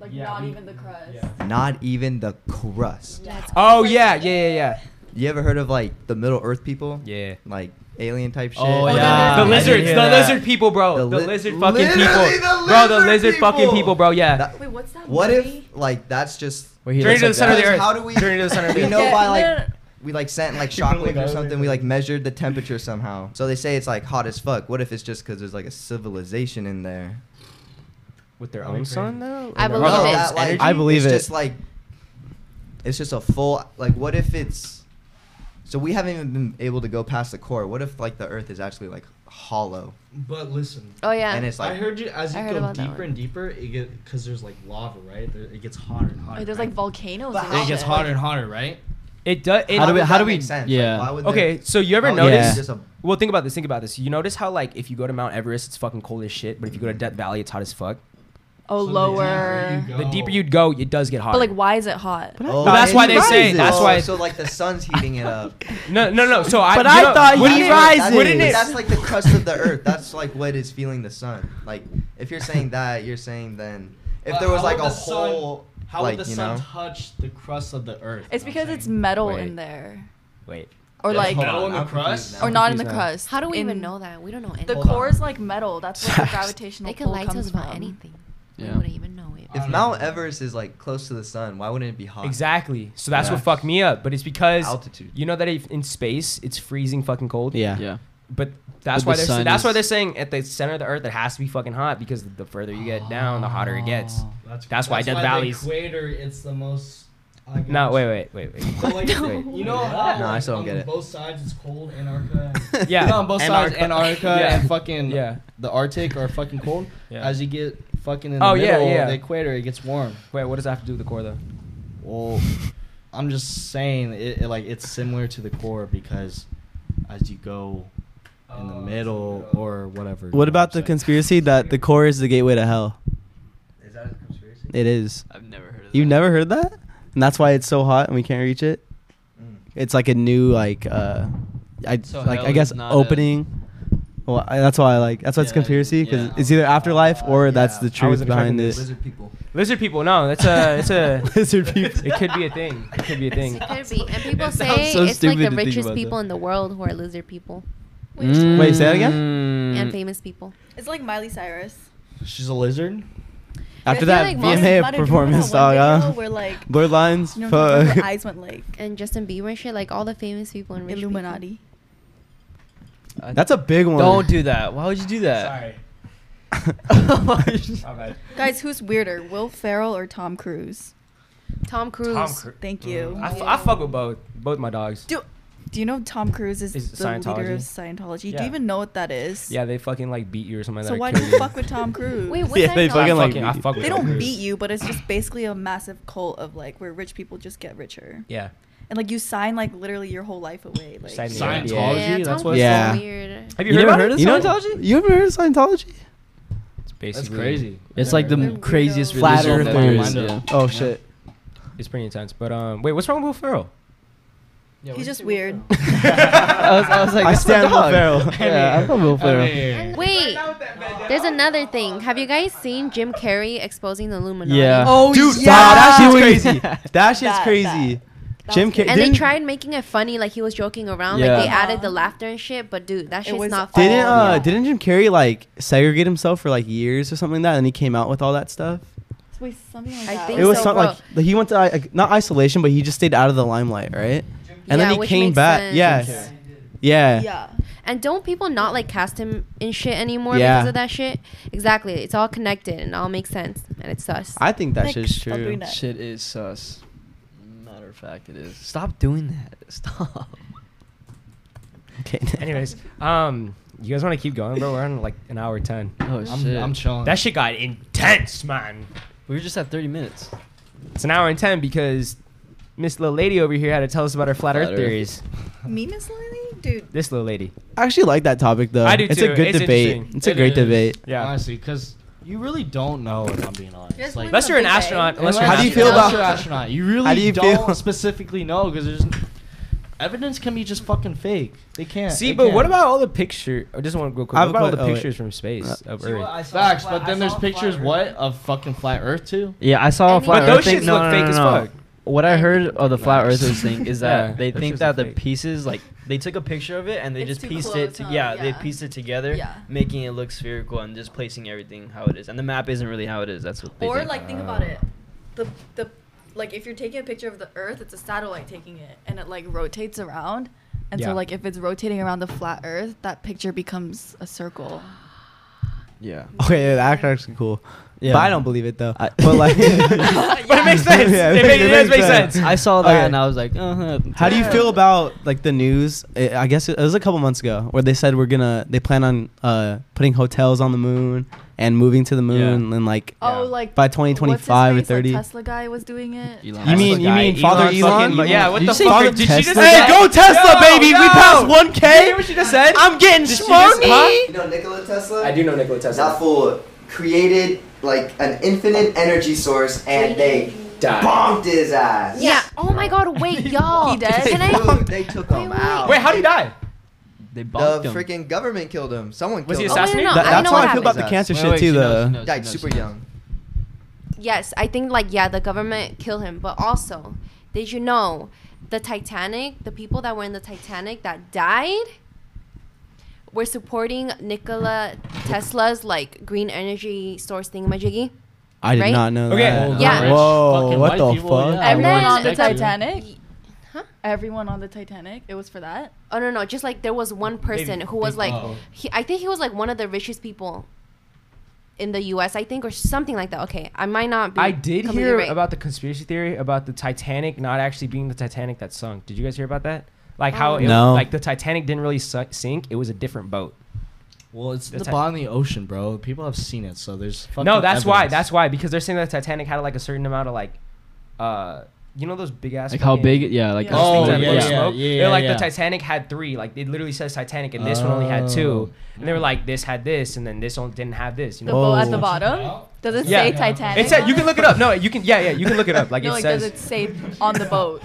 Like
Yeah,
not
we-
even the crust.
yeah.
Not even the crust.
Yeah.
Oh yeah, yeah, yeah,
You ever heard of like the Middle Earth people?
yeah. Yeah.
Like alien type shit.
Oh,
Oh,
yeah.
the
I didn't
lizards, the
hear that.
lizard people, bro. The,
The li-
lizard fucking people,
Literally the
bro. The
lizard
lizard fucking
people.
people, bro. Yeah.
That-
Wait, what's that?
what
movie?
if like that's just
Where he
Journey
looks
to the
like
center of the
that.
earth.
How do we-
Journey to the center of the
we
earth.
know
Yeah,
by
no,
like
no, no.
we like sent like
Keep looking
shockwaves or
over
something.
there.
We like measured the temperature somehow. So they say it's like hot as fuck. What if it's just because there's like a civilization in there?
With their own son, though.
I
And their
believe
own
it.
son's
that, like,
energy?
I believe
it's
it.
Just like it's just a full like. What if it's so we haven't even been able to go past the core. What if like the Earth is actually like hollow
But listen,
Oh yeah.
and it's
I
like
heard you as
I
you
heard
go
about that
deeper
one.
and deeper, it get because there's like lava, right? There- It gets hotter and hotter.
Wait, there's
right?
like volcanoes.
But
and
how-
It gets
shit.
hotter and hotter, right?
It does. It,
How do we?
does
How
that
do we?
make sense?
Yeah.
why would
Okay,
there-
so you ever
why would
Yeah.
notice?
there's just a-
Well, think about this. Think about this. You notice how like if you go to Mount Everest, it's fucking cold as shit, but if you go to Death Valley, it's hot as fuck.
Oh,
So the
lower.
deeper you
The
go-
deeper you go, it does get hotter.
But like, why is it hot?
Oh,
that's why they say-
rises.
that's why-
Oh, so like the sun's heating it up.
no, no, no. So I.
But
you
I
know-
thought he
wouldn't it-
rises.
Wouldn't
But
it?
That's like the crust of the earth. That's like what is feeling the sun. Like if you're saying that, you're saying then if
But
there was
how
like
would
a
the sun-
whole
How
like
would the
you
sun
know.
touch the crust of the earth?
It's
you know
because
what I'm
it's
saying?
metal
Wait.
in there,
Wait.
or
There's
like,
metal in the
I'm
crust?
confused now.
or not in the
confused now.
crust.
How do we
In-
even know that? We don't know anything.
The
Hold on.
core is like metal. That's where the gravitational
They can
pull
lie to us
comes
about
from.
anything. We
Yeah.
wouldn't even know it.
If Mount Everest is like close to the sun, why wouldn't it be hot?
Exactly. So that's
Yeah.
what fucked me up. But it's because
Altitude.
You know that if in space it's freezing fucking cold.
Yeah.
Yeah.
But that's
But
why
the
they're
sun
that's why
is-
they're saying at the center of the earth it has to be fucking hot because the further you get down, the hotter it gets.
Oh.
That's,
That's why Death
the
Valley's-
equator, it's the most. I
No,
guess.
wait, wait, wait, wait.
So, like,
Wait.
You know how?
No, I
like,
still don't
on
get it.
Both sides, it's cold. Antarctica. and-
Yeah.
You know, on both sides,
Antarctica.
Antarctica
Yeah.
and fucking
Yeah.
the Arctic are fucking cold.
Yeah.
As you get fucking in the
Oh, yeah,
middle
yeah.
of the equator, it gets warm.
Wait, what does that have to do with the core though?
Well, I'm just saying, it, it, like it's similar to the core because as you go in the middle or whatever. Oh, you
What
know
about
I'm
the
saying?
conspiracy that the core is the gateway to hell?
Is that a conspiracy?
It is.
I've never heard of that.
You've never heard that? And that's why it's so hot and we can't reach it.
Mm.
It's like a new like uh I
So
like
hell
I guess
is not a-
opening. Well, I, that's why I like that's why it's
Yeah,
conspiracy cuz
yeah.
it's either afterlife or
Uh,
that's the
yeah. I
truth
wasn't
behind
expecting
it.
Lizard people.
Lizard people, no, that's a it's a
Lizard people.
It could be a thing. It could be a thing.
It could be. And people
It
say
sounds so
it's like
stupid to
the
think
richest
about
people
that. Mm.
in the world who are lizard people
Wait, say that again?
Mm.
Mm.
and
again?
famous people.
It's like Miley Cyrus.
She's a lizard.
After
I feel
that
like Mars
Mother,
VMA
do you remember
performance
that one
dog,
video
huh?
Where like,
Blurred lines.
you know, her
fuck.
eyes went like
And Justin Bieber and shit, like all the famous people and rich people.
Illuminati.
That's a big one.
Don't do that. Why would you do that?
Sorry. My bad.
Guys, who's weirder, Will Ferrell or Tom Cruise?
Tom Cruise.
Tom Cru- Mm.
Thank you.
I, f- I fuck with both both my dogs.
Do Do you know Tom Cruise is,
Is it
the leader of Scientology? Do
Yeah.
you even know what that is?
Yeah, they fucking like beat you or something like
So
that.
why
kill
do you fuck with Tom Cruise?
Wait, what's
Yeah,
that
they
called?
fucking
I
like
fucking, I fuck with
they
Tom
don't
Cruise.
beat you, but it's just basically a massive cult of like where rich people just get richer,
Yeah.
and like you sign like literally your whole life away. Like
Sign
yeah.
the-
Scientology.
Yeah,
that's
Tom
what.
Cruise
Yeah.
is weird.
Have
You never
about
heard
it?
of
You know
Scientology?
You haven't heard of Scientology?
It's basically
That's crazy.
It's like the
They're
m- craziest
weirdos.
Flat
religion that there is,
earthers.
yeah.
Oh shit.
It's pretty intense. But um, wait, what's wrong with Will Ferrell?
He's just weird.
I was, I was like,
I
that's my
stand Will
dog.
Ferrell. Yeah, I love Will Ferrell.
Wait, there's another thing. Have you guys seen Jim Carrey exposing the Illuminati?
Yeah. Oh,
Oh, dude, yeah. that shit's crazy. That shit's
That-
crazy. Jim
That was
Carrey.
And they
didn't-
tried making it funny, like he was joking around,
Yeah.
like they added the
Aw.
laughter and shit. But dude, that
It
shit's
was
not funny.
Didn't
all-
uh didn't Jim Carrey like segregate himself for like years or something like that, and he came out with all that stuff?
Wait, something like
I
that.
think
It was
so,
some-
bro.
like like, he went to like, not isolation, but he just stayed out of the limelight, right? And
Yeah,
then he
which
came
makes
back.
sense.
Yes. Yeah.
yeah.
And don't people not like cast him in shit anymore
Yeah.
because of that shit? Exactly. It's all connected and it all makes sense and it's sus.
I think that
Like,
shit's
stop
true.
doing that.
Shit is sus. Matter of fact, it is. Stop doing that. Stop.
Okay.
Anyways, um, you guys want to keep going, bro? We're on like an hour ten.
Oh
I'm,
shit.
I'm chilling.
That shit got intense, man.
we were just at 30 minutes.
It's an hour and ten because Miss little lady over here had to tell us about her flat,
Flat
Earth,
Earth.
theories.
Me, Miss Lily? Dude,
This little lady.
I actually like that topic though.
I do
it's
too.
a good
It's
debate.
interesting.
It's a
It
great
is.
debate.
Yeah.
Honestly, because you really don't know if I'm being honest.
Yes,
Like,
we-
Unless you're an
Big A.
astronaut. Unless you're
How
an
do you feel
astronaut.
about-
Unless you're an astronaut? You really
How do you
don't
feel-
specifically know because there's evidence can be just fucking fake. They can't.
See,
they
but
can't.
what about all the picture? I just want to go quick.
I have
What
a
about all
que-
the
oh, wait.
pictures from space
Uh,
of Earth?
facts? But then there's pictures what of fucking flat Earth too.
Yeah, I saw a
But
flat
but
earth
those
thing.
shits
No,
look
no, no,
fake as
no.
fuck.
what I heard of the flat
Liars.
earthers thing is
Yeah,
that they
that's
think
just a
that the
fake.
pieces like they took a picture of it and they
It's
just
too
pieced
close,
it to,
huh?
yeah, they
Yeah.
pieced it together
Yeah.
making it look spherical and just placing everything how it is and the map isn't really how it is that's what they
Or
think.
like
Uh,
think
Uh.
about it, the the like if you're taking a picture of the Earth, it's a satellite taking it, and it like rotates around, and
Yeah.
so like if it's rotating around the flat Earth, that picture becomes a circle.
yeah
Okay, yeah, that's actually cool.
yeah
But I don't believe it though.
I-
but like,
But it makes sense.
Yeah,
it,
it
make, it does
makes
make sense.
sense.
I saw that
Okay.
and I was like uh-huh.
how do you feel about like the news? I I guess it was a couple months ago where they said we're gonna they plan on uh, putting hotels on the moon and moving to the moon and like
Oh, like
by
what's his
2025 or
face? Like,
30.
Tesla guy was doing it.
Elon
You
Musk.
mean you
Guy,
mean Father
fucking
Elon?
Mu- yeah, what
You
the
say
fuck?
Father
Did she
Tesla?
just
Hey,
say-
go Tesla,
Yo,
baby!
yo!
We passed 1K.
You hear what she just said?
I'm getting
Did she just-
smarmy.
You know Nikola Tesla?
know Nikola
That fool created like an infinite energy source and they bombed his ass.
Yeah. Oh my God. Wait, y'all.
He does?
Can I?
Dude, they took him
Wait, wait.
out.
Wait, how would he die?
They
The
bonked him.
freaking government killed him. Someone
Was he
killed
Oh,
him.
wait, no,
assassinated?
no,
That-
I
that's
know
how
what
I feel about the
happened.
cancer
Wait,
shit
wait,
too,
she knows,
though.
she knows, she
Died
knows,
super
she knows.
young.
Yes, I think like yeah, the government killed him, but also, did you know the Titanic, the people that were in the Titanic that died were supporting Nikola Tesla's like green energy source thingamajiggy?
I did
Right?
not know
Okay.
that.
Yeah. rich
Whoa,
fucking
what
white
the
people,
fuck?
yeah.
Uh, Everyone
Imagine
on the
that.
Titanic.
Huh?
Everyone on the Titanic. It was for that.
Oh no, no, just like there was one person who was like he, I think he was like one of the richest people in the US, I think or something like that. Okay, I might not be
I did
completely
hear
right.
about the conspiracy theory about the Titanic not actually being the Titanic that sunk. Did you guys hear about that? Like how
Oh.
it,
No.
like the Titanic didn't really su- sink; it was a different boat.
Well, it's
The
the,
Ti-
bottom of the ocean, bro. People have seen it, so there's fucking
no, that's why.
evidence.
That's why because they're saying that the Titanic had like a certain amount of like, uh, you know those big ass
Like how big? Yeah, like
Yeah.
those
Oh,
things that
yeah,
yeah,
blow
yeah,
smoke.
smoke.
yeah,
They're like
yeah.
the Titanic had three. Like it literally says Titanic, and this one only had two. And they were like, this had this, and then this one didn't have this. You
The
know.
boat at
Whoa.
the bottom. Does it
Yeah.
say Titanic?
It said you
on
can
it?
look it up. No, you can. Yeah, yeah, you can look it up. Like
no,
it
like
says.
does it say on the boat?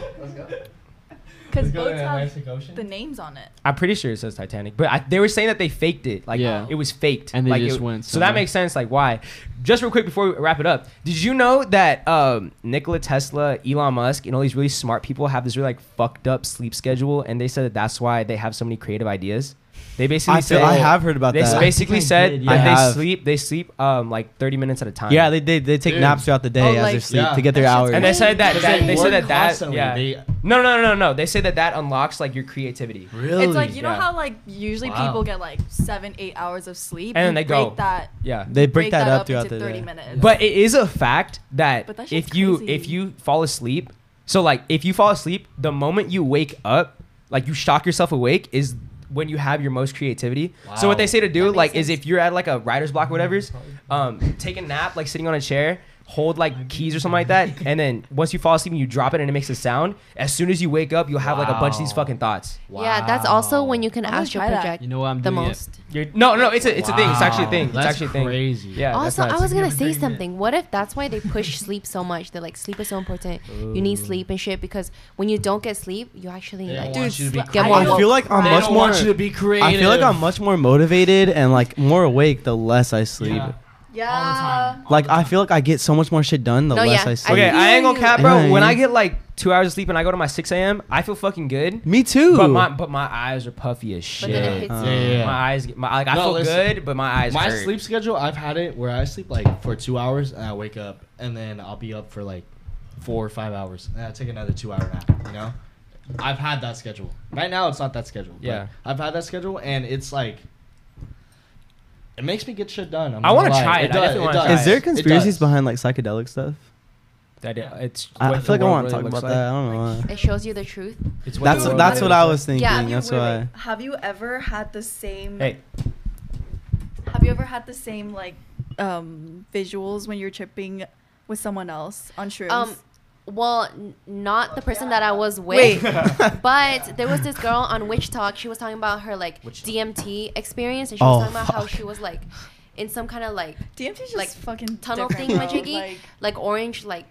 Because boats have
Ocean?
the names on it.
I'm pretty sure it says Titanic, but I, they were saying that they faked it. Like
Yeah.
it was faked,
And they
like,
just
it-
went
So that
somewhere.
makes sense. Like why? Just real quick before we wrap it up, did you know that um, Nikola Tesla, Elon Musk, and all these really smart people have this really like fucked up sleep schedule, and they said that that's why they have so many creative ideas. They basically
I, feel,
said
I have heard about
they
that.
basically
I think I
said
did,
that
yeah. I
they
have.
sleep they sleep um like 30 minutes at a time.
Yeah, they did. They take
Dude.
naps throughout the day
Oh,
as
like-
they sleep
Yeah.
to get their
That shit's
hours.
and they said that,
Because
that
they
they
work
said that that
constantly.
yeah.
They-
no, no, no, no. They say that that unlocks like your creativity.
really?
It's like you know
Yeah.
how like usually
Wow.
people get like seven, eight hours of sleep,
And
You
then they
break
go.
That
Yeah.
They break, that, up throughout
into
the
thirty
day.
minutes.
But it is a fact that,
But that shit's
if you
crazy.
if you fall asleep, so like if you fall asleep, the moment you wake up, like you shock yourself awake is when you have your most creativity. So
Wow.
what they say to
That
do
makes
like is
sense.
if you're at like a writer's block or whatever's, um, take a nap like sitting on a chair, hold like keys or something like that, and then once you fall asleep and you drop it and it makes a sound, as soon as you wake up, you'll have like a bunch of these
Wow.
fucking thouts.
Yeah, that's also when you can
I'm gonna
astral
try that.
project
You know what I'm
the
doing? it.
most.
You're, no, no, it's a it's a thing. It's actually a
Wow.
thing. It's
That's
actually a thing.
crazy.
Yeah. that's
also,
nuts.
I was gonna say
taken it.
something. What if that's why they push sleep so much? They're like, sleep is so important. You need sleep and shit because when you don't get sleep, you actually
They
like.
don't want you to be
get
creative.
more
I feel like I'm
They
much
don't
more.
want you to be creative.
I feel like I'm much more motivated and like more awake the less I sleep.
Yeah.
yeah,
Like I feel like I get so much more shit done the
No,
less
yeah,
I
I
sleep.
Okay, I ain't gonna cap, bro.
Yeah.
When I get like two hours of sleep and I go to my 6 a.m., I feel fucking good.
Me too.
But my but my eyes are puffy as
But then it
shit.
hits
Uh,
you.
Yeah, yeah, yeah.
My eyes, get- my like, I
No,
feel
listen.
good, but my eyes
my
hurt.
sleep schedule i've had it where i sleep like for two hours and i wake up and then i'll be up for like four or five hours and i take another two hour nap you know i've had that schedule right now it's not that schedule but
Yeah.
i've had that schedule and it's like it makes me get shit done I'm
I
not
wanna
gonna lie.
try it. I
does,
definitely wanna
does.
try
Is there
It
conspiracies
does.
behind like psychedelic stuff?
That it- it's.
I,
what
I
the
feel like I
world
want to
really
talk
looks
about
like.
that. I don't know. Why.
It shows you the truth.
It's what
That's
the world
that's
really
what I
looks
was thinking.
Yeah.
that's
wait,
why.
wait. Have you ever had the same?
like. Hey,
Have you ever had the same like um visuals when you're tripping with someone else on shrooms?
Um, well, n- not the person that I was with, but there was this girl on Witch Talk. She was talking about her like DMT experience, and she was
Oh,
talking about how
fuck.
she was like in some kind of like
DMT just
like,
fucking
tunnel
different,
thing
bro.
majiggy, like,
Like,
orange like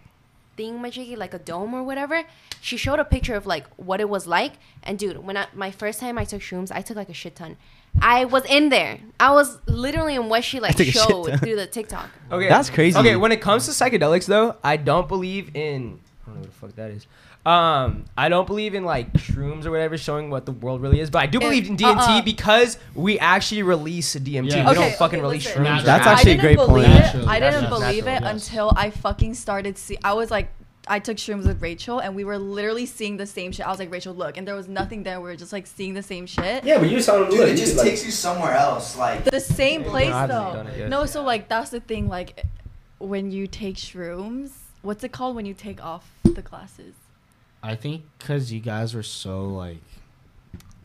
thing majiggy, like a dome or whatever. She showed a picture of like what it was like, and dude, when I my first time I took shrooms, I took like a shit ton. I was in there. I was literally in what she like
took a shit
showed
ton.
through the TikTok.
okay,
That's crazy.
Okay, when it comes to psychedelics, though, I don't believe in know what the fuck that is. Um, I don't believe in like shrooms or whatever showing what the world really is, but I do
It-
believe in DMT
uh-uh.
because we actually release DMT.
Yeah.
We
Okay,
don't fucking
okay,
release
listen.
shrooms. or
That's
acid.
I
actually a
didn't
great point.
believe It.
Naturally,
I didn't
natural,
believe it
natural, yes.
until I fucking started see. I was like, I took shrooms with Rachel, and we were literally seeing the same shit. I was like, Rachel, look, and there was nothing there. We were just like seeing the same shit.
Yeah, but you saw them
Dude, it just takes you somewhere else. Like,
The same
No,
place
I haven't
though.
done it yet.
No, so like that's the thing. Like when you take shrooms, what's it called when you take off the glasses?
I think because you guys were so like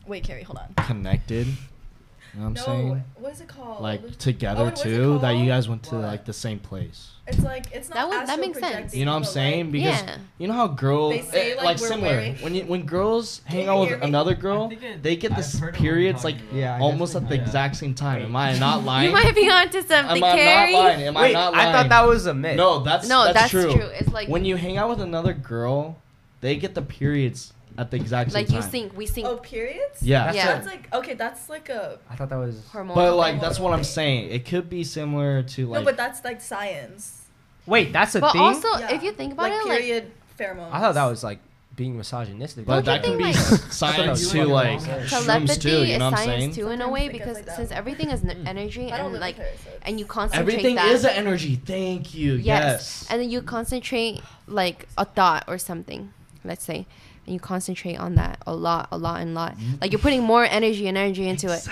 Wait, Carrie, hold on.
connected. You know what I'm saying?
what is it called?
Like
Oh,
together
and what's it
too, that you
called?
guys went to
What?
like the same place.
it's like it's
That would- that astral makes sense. projecting,
You know what I'm saying? Because
yeah.
you know how girls eh,
They say, like, we're
similar
wearing-
when you, when girls hang
you
out
hear
with
me?
another girl, they get this periods like
yeah.
almost at the exact same time. Am I not lying?
You might be onto something,
Am I
Carrie.
not lying? Am
Wait,
I not lying?
I thought that was a myth.
no. That's
No,
that's,
that's
true.
true. It's like-
when you hang out with another girl, they get the periods at the exact same
Like
time.
you think, we think
Oh, periods?
Yeah.
Yeah. That's
like okay, that's like a
I thought that was.
hormonal.
But like that's what I'm saying. It could be similar to like
that's like science.
Wait, that's a
but
thing.
also, if you think about it, like
pheromones.
I thought that was like being misogynistic.
don't
but that
you
can be
think, like-
science
I
too,
thought that
like
was
shrooms
telepathy
too. You
is
know what I'm saying?
science too in a
Sometimes
way
it gets
because
like that.
since everything is n- energy
I don't
and
live
like
with her, so it's-
and you concentrate
Everything
that.
is an energy. Thank you. Yes.
And then you concentrate like a thought or something, let's say. And you concentrate on that a lot, a lot, and a lot.
Mm-hmm.
Like you're putting more energy and energy into it.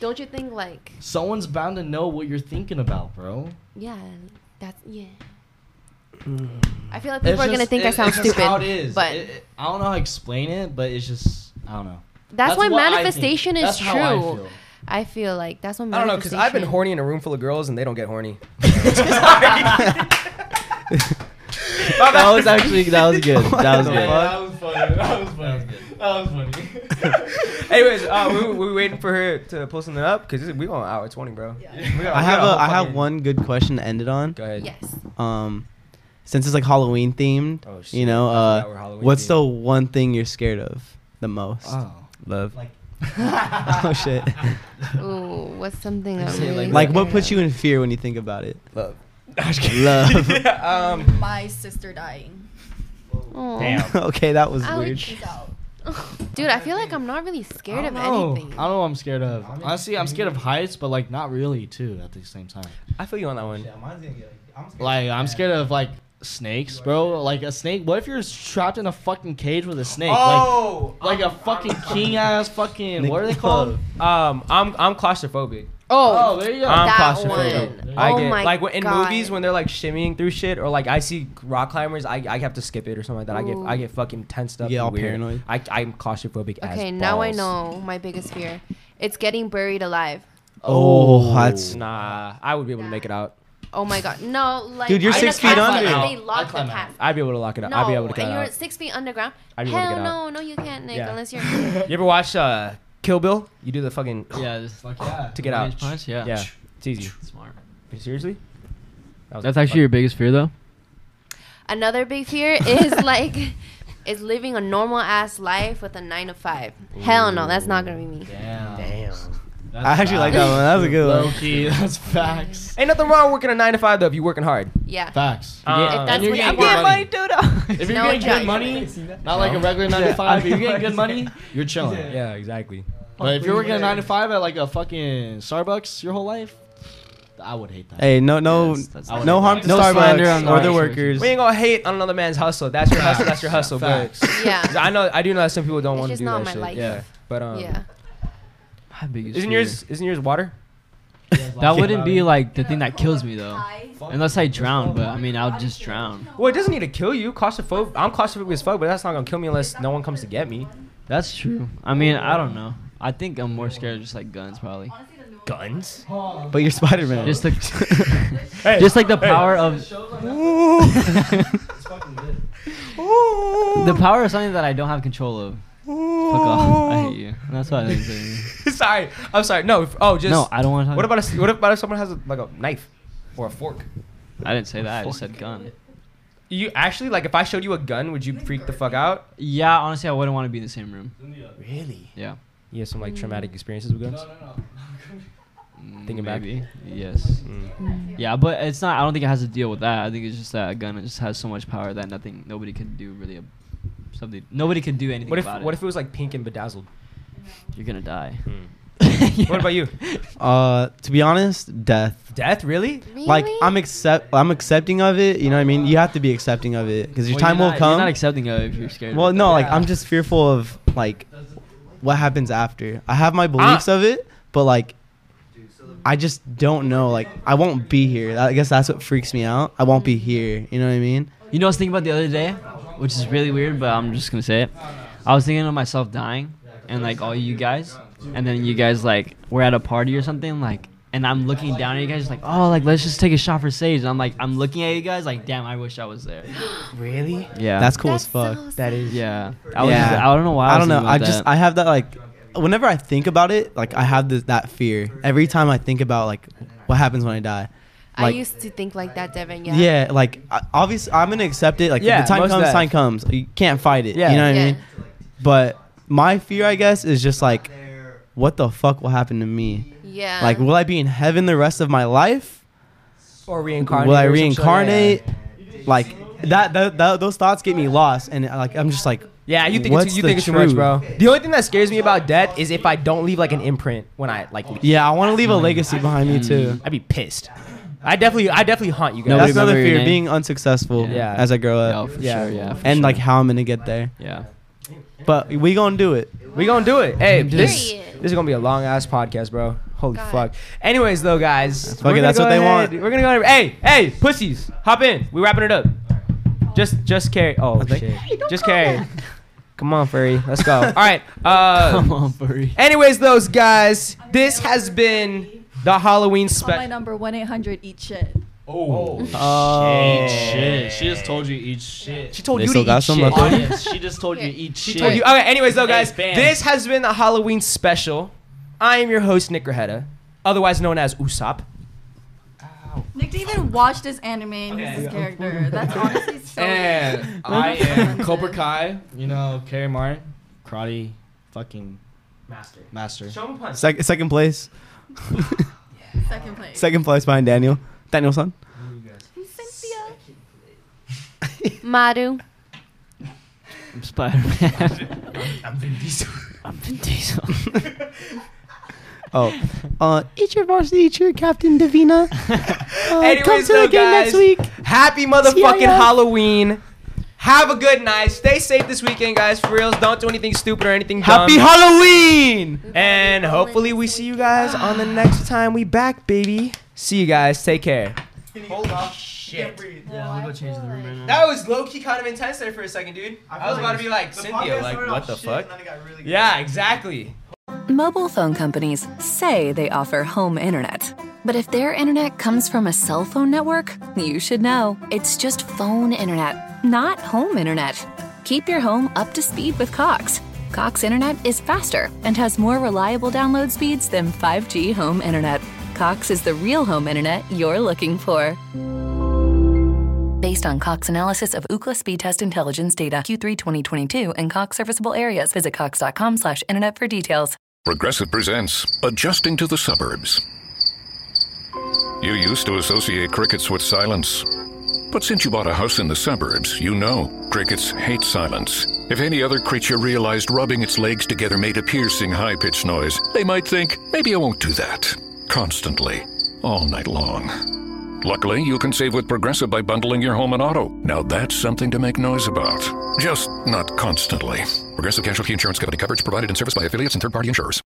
Don't you think like
Someone's bound to know what you're thinking about, bro.
yeah, that's yeah. Hmm. I feel like people are gonna think I
it-
sound
it's
stupid.
Just how it is.
But
It- it- I don't know how to explain it, but it's just I don't know.
that's, why
what I think.
manifestation is
That's
true.
how I feel.
I feel like that's what
I don't know, because
manifestation.
I've been horny in a room full of girls and they don't get horny.
that was actually that was good. That was good.
that was funny. That was funny. That was funny.
Anyways, uh, we we were waiting for her to pull something up because we on hour twenty, bro. We got-
I
we
have
got
a
whole
I have
fucking-
one good question to end it on.
Go ahead.
Yes.
Um, since it's like Halloween themed,
Oh, shit.
you know,
I
uh,
forgot we're Halloween
what's
themed.
the one thing you're scared of the most?
Oh.
Love.
like
oh shit.
Ooh, what's something that
say,
really
like-
like what puts you in fear when you think about it?
Love.
Love.
yeah, um,
my sister dying.
Aw.
Damn.
okay, that was weird.
Ouch.
She's out.
Dude, I feel like I'm not really scared of
know.
anything.
I don't know what I'm scared of. Honestly, I'm scared of heights, but like not really too at the same time.
I feel you on that one.
Like I'm scared of like snakes, bro. Like a snake. What if you're trapped in a fucking cage with a snake? like, like a fucking king ass fucking. What are they called?
um, I'm I'm claustrophobic.
Oh, there you go.
I'm
That
claustrophobic.
one.
I
Oh
get
my
like when- in
God.
movies when they're like shimmying through shit, or like I see rock climbers, I, I have to skip it or something like that. I get
Ooh.
I get fucking tensed up.
You get
and
all
weird.
paranoid?
I I'm claustrophobic. as
Okay, now I
balls.
know my biggest fear. It's getting buried alive.
Oh, that's
Nah, I would be able to make it out.
Oh my god, no! Like
Dude, you're
in a
six feet
casket,
under.
They
I
lock the
climb out.
casket.
I'd be able to lock it
No,
up. I'd be able to get
and you're
out.
six feet underground.
I'd be able to
Hell
get
no,
out.
no, you can't, Nick,
Yeah.
unless you're.
You ever watch uh, Kill Bill? You do the fucking
Yeah, just like yeah.
to get out.
Punch, yeah.
Yeah, it's easy.
Smart.
Seriously? That was
That's actually your biggest fear though.
Another big fear is like, is living a normal ass life with a nine to five. Hell no, that's not gonna be me.
Damn.
Damn.
That's
I actually like that
facts.
one. That was a good
Low
one.
key, that's facts.
Ain't nothing wrong with working a nine to five though if you're working hard.
Yeah.
Facts.
Um,
If
that's
And you're
what
getting
you
good
want.
money.
If
If you're
No
getting
judge.
good money, not like a regular nine to five. If you're getting good money, you're chilling.
Yeah, exactly.
But if you're working a nine to five at like a fucking Starbucks your whole life, I would hate that.
Hey, no, no,
Yes, that's
no
not
harm
right.
to
No slander
Starbucks
on
or
the
the
Starbucks.
workers.
We ain't gonna hate on another man's hustle. That's your hustle. That's your hustle. But
Facts.
Yeah.
I know I do know that some people don't
It's
want to
just
do
not
that
my
shit.
life.
Yeah. But um,
yeah.
My biggest
isn't
fear.
yours isn't yours water?
That wouldn't be like the thing that
Hold
kills
on.
me though.
Hi.
Unless I drown, but I mean I'll just drown.
Well, it doesn't need to kill you. Claustrophobic. I'm claustrophobic as fuck, but that's not gonna kill me unless no one comes to get me.
That's true. I mean I don't know. I think I'm more scared of just like guns probably.
Guns.
But you're Spider Man.
Just the just like the power of the power of something that I don't have control of. Fuck off. I hate you. That's why I didn't say anything.
sorry. I'm sorry. No. if- Oh, just.
No, I don't want to talk.
What about a, what about if someone has a, like a knife or a fork?
I didn't say that. I just said gun.
You actually like if I showed you a gun, would you freak the fuck out?
Yeah, honestly, I wouldn't want to be in the same room.
Really?
Yeah.
You have some like traumatic experiences with guns. Thinking back.
Mm, Maybe. Yes. Yeah, but it's not. I don't think it has to deal with that. I think it's just that a gun just has so much power that nothing, nobody can do really. ab- Something nobody can do anything
What if
about
what
it.
if it was like pink and bedazzled? Hmm.
you're gonna die?
What about you?
Uh, to be honest, death.
Death, really?
Like I'm accept, I'm accepting of it. You know what I mean? You have to be accepting of it because your
Well,
time
you're
will
not-
come.
You're not accepting of it if you're scared.
well,
of it,
no,
though.
like I'm just fearful of like what happens after. I have my beliefs
Ah.
of it, but like I just don't know. Like I won't be here. I guess that's what freaks me out. I won't be here. You know what I mean?
You know, what I was thinking about the other day, which is really weird, but I'm just gonna say it. I was thinking of myself dying, and like all you guys, and then you guys like we're at a party or something, like, and I'm looking down at you guys, like, oh, like let's just take a shot for Sage. And I'm like, I'm looking at you guys, like, damn, I wish I was there.
Really?
Yeah.
That's cool as fuck.
That is.
yeah. I was. I don't know why.
I,
I,
don't know. I just
I,
I have that like whenever I think about it, like I have this that fear every time I think about like what happens when I die.
I
Like-
used to think like that, Devin. Yeah.
Yeah, like obviously I'm gonna accept it. Like
Yeah,
if the time
most
comes,
def.
time comes. You can't fight it.
Yeah.
You know what
Yeah.
I mean? But my fear, I guess, is just like, what the fuck will happen to me?
Yeah.
Like, will I be in heaven the rest of my life?
Or reincarnate.
will I
or some shit like that.
reincarnate? Like that, that, that, those thoughts get me lost, and uh, like I'm just like,
Yeah, you think
What's
it's, you
the
think it's too much,
truth?
bro. The only thing that scares me about death is if I don't leave like an imprint when I like. leave.
yeah, I want to leave a legacy behind me too.
I'd be pissed. I definitely, I definitely haunt you guys.
Nobody
That's another
remember your
fear,
name?
being unsuccessful
Yeah.
as I grow
yeah,
up,
for
Yeah.
sure. Yeah. For
and
sure.
like how I'm gonna get there.
Yeah.
But we gonna do it.
We gonna do it. Hey, this
Period.
this is gonna be a long ass podcast, bro. Holy
God.
fuck. Anyways, though, guys,
Fuck it,
gonna
that's
go
what they
ahead-
want.
We're gonna go. Ahead. Hey, hey, pussies, hop in. We wrapping it up. Just, just carry. Oh
I think-
shit. just carry. Come on, furry. Let's go. All right. Uh,
Come on, furry.
anyways, those guys, this has been the Halloween
Call my
special.
number one eight hundred. Eat shit.
Oh,
Oh.
shit. She just told you eat shit.
She told
They
you
still
to
got
eat
some
shit.
left over?
Audience, she just told you eat shit.
Told you- Okay, anyways, though,
Hey,
guys,
fam.
this has been the Halloween special. I am your host, Nick Rajeda, otherwise known as Usopp.
Nick didn't even watch this anime and he's this character. That's honestly so.
And I am Cobra Kai. You know, Carrie Martin, karate, fucking
Master.
master.
Show him punch.
Sec- second place,
Second place.
second place behind Daniel, Daniel son.
Cynthia.
Maru.
I'm Spider-Man. I'm Vin Diesel. I'm Vin Diesel.
Oh, uh, it's your varsity cheer captain, Davina. Uh, come
Anyways,
to
though,
the game
guys,
next week.
happy motherfucking
CIF.
Halloween. Have a good night. Stay safe this weekend, guys. For reals, don't do anything stupid or anything
Happy
dumb.
Halloween!
and hopefully, we see you guys on the next time we back, baby. See you guys. Take care.
Hold up. Shit.
Yeah, I'm gonna change the room right now.
That was low key kind of intense there for a second, dude. I was about to be like Cynthia, like what the fuck? Yeah, exactly.
Mobile phone companies say they offer home internet. But if their internet comes from a cell phone network, you should know it's just phone internet, not home internet. Keep your home up to speed with Cox. Cox internet is faster and has more reliable download speeds than 5G home internet. Cox is the real home internet you're looking for. Based on Cox analysis of Ookla speed test intelligence data Q3 2022 and Cox serviceable areas, visit cox.com/internet slash internet for details.
Progressive presents Adjusting to the Suburbs. You used to associate crickets with silence. But since you bought a house in the suburbs, you know crickets hate silence. If any other creature realized rubbing its legs together made a piercing, high pitched noise, they might think, maybe I won't do that. Constantly, all night long. Luckily, you can save with Progressive by bundling your home and auto. Now that's something to make noise about. Just not constantly. Progressive Casualty Insurance Company coverage provided in service by affiliates and third party insurers.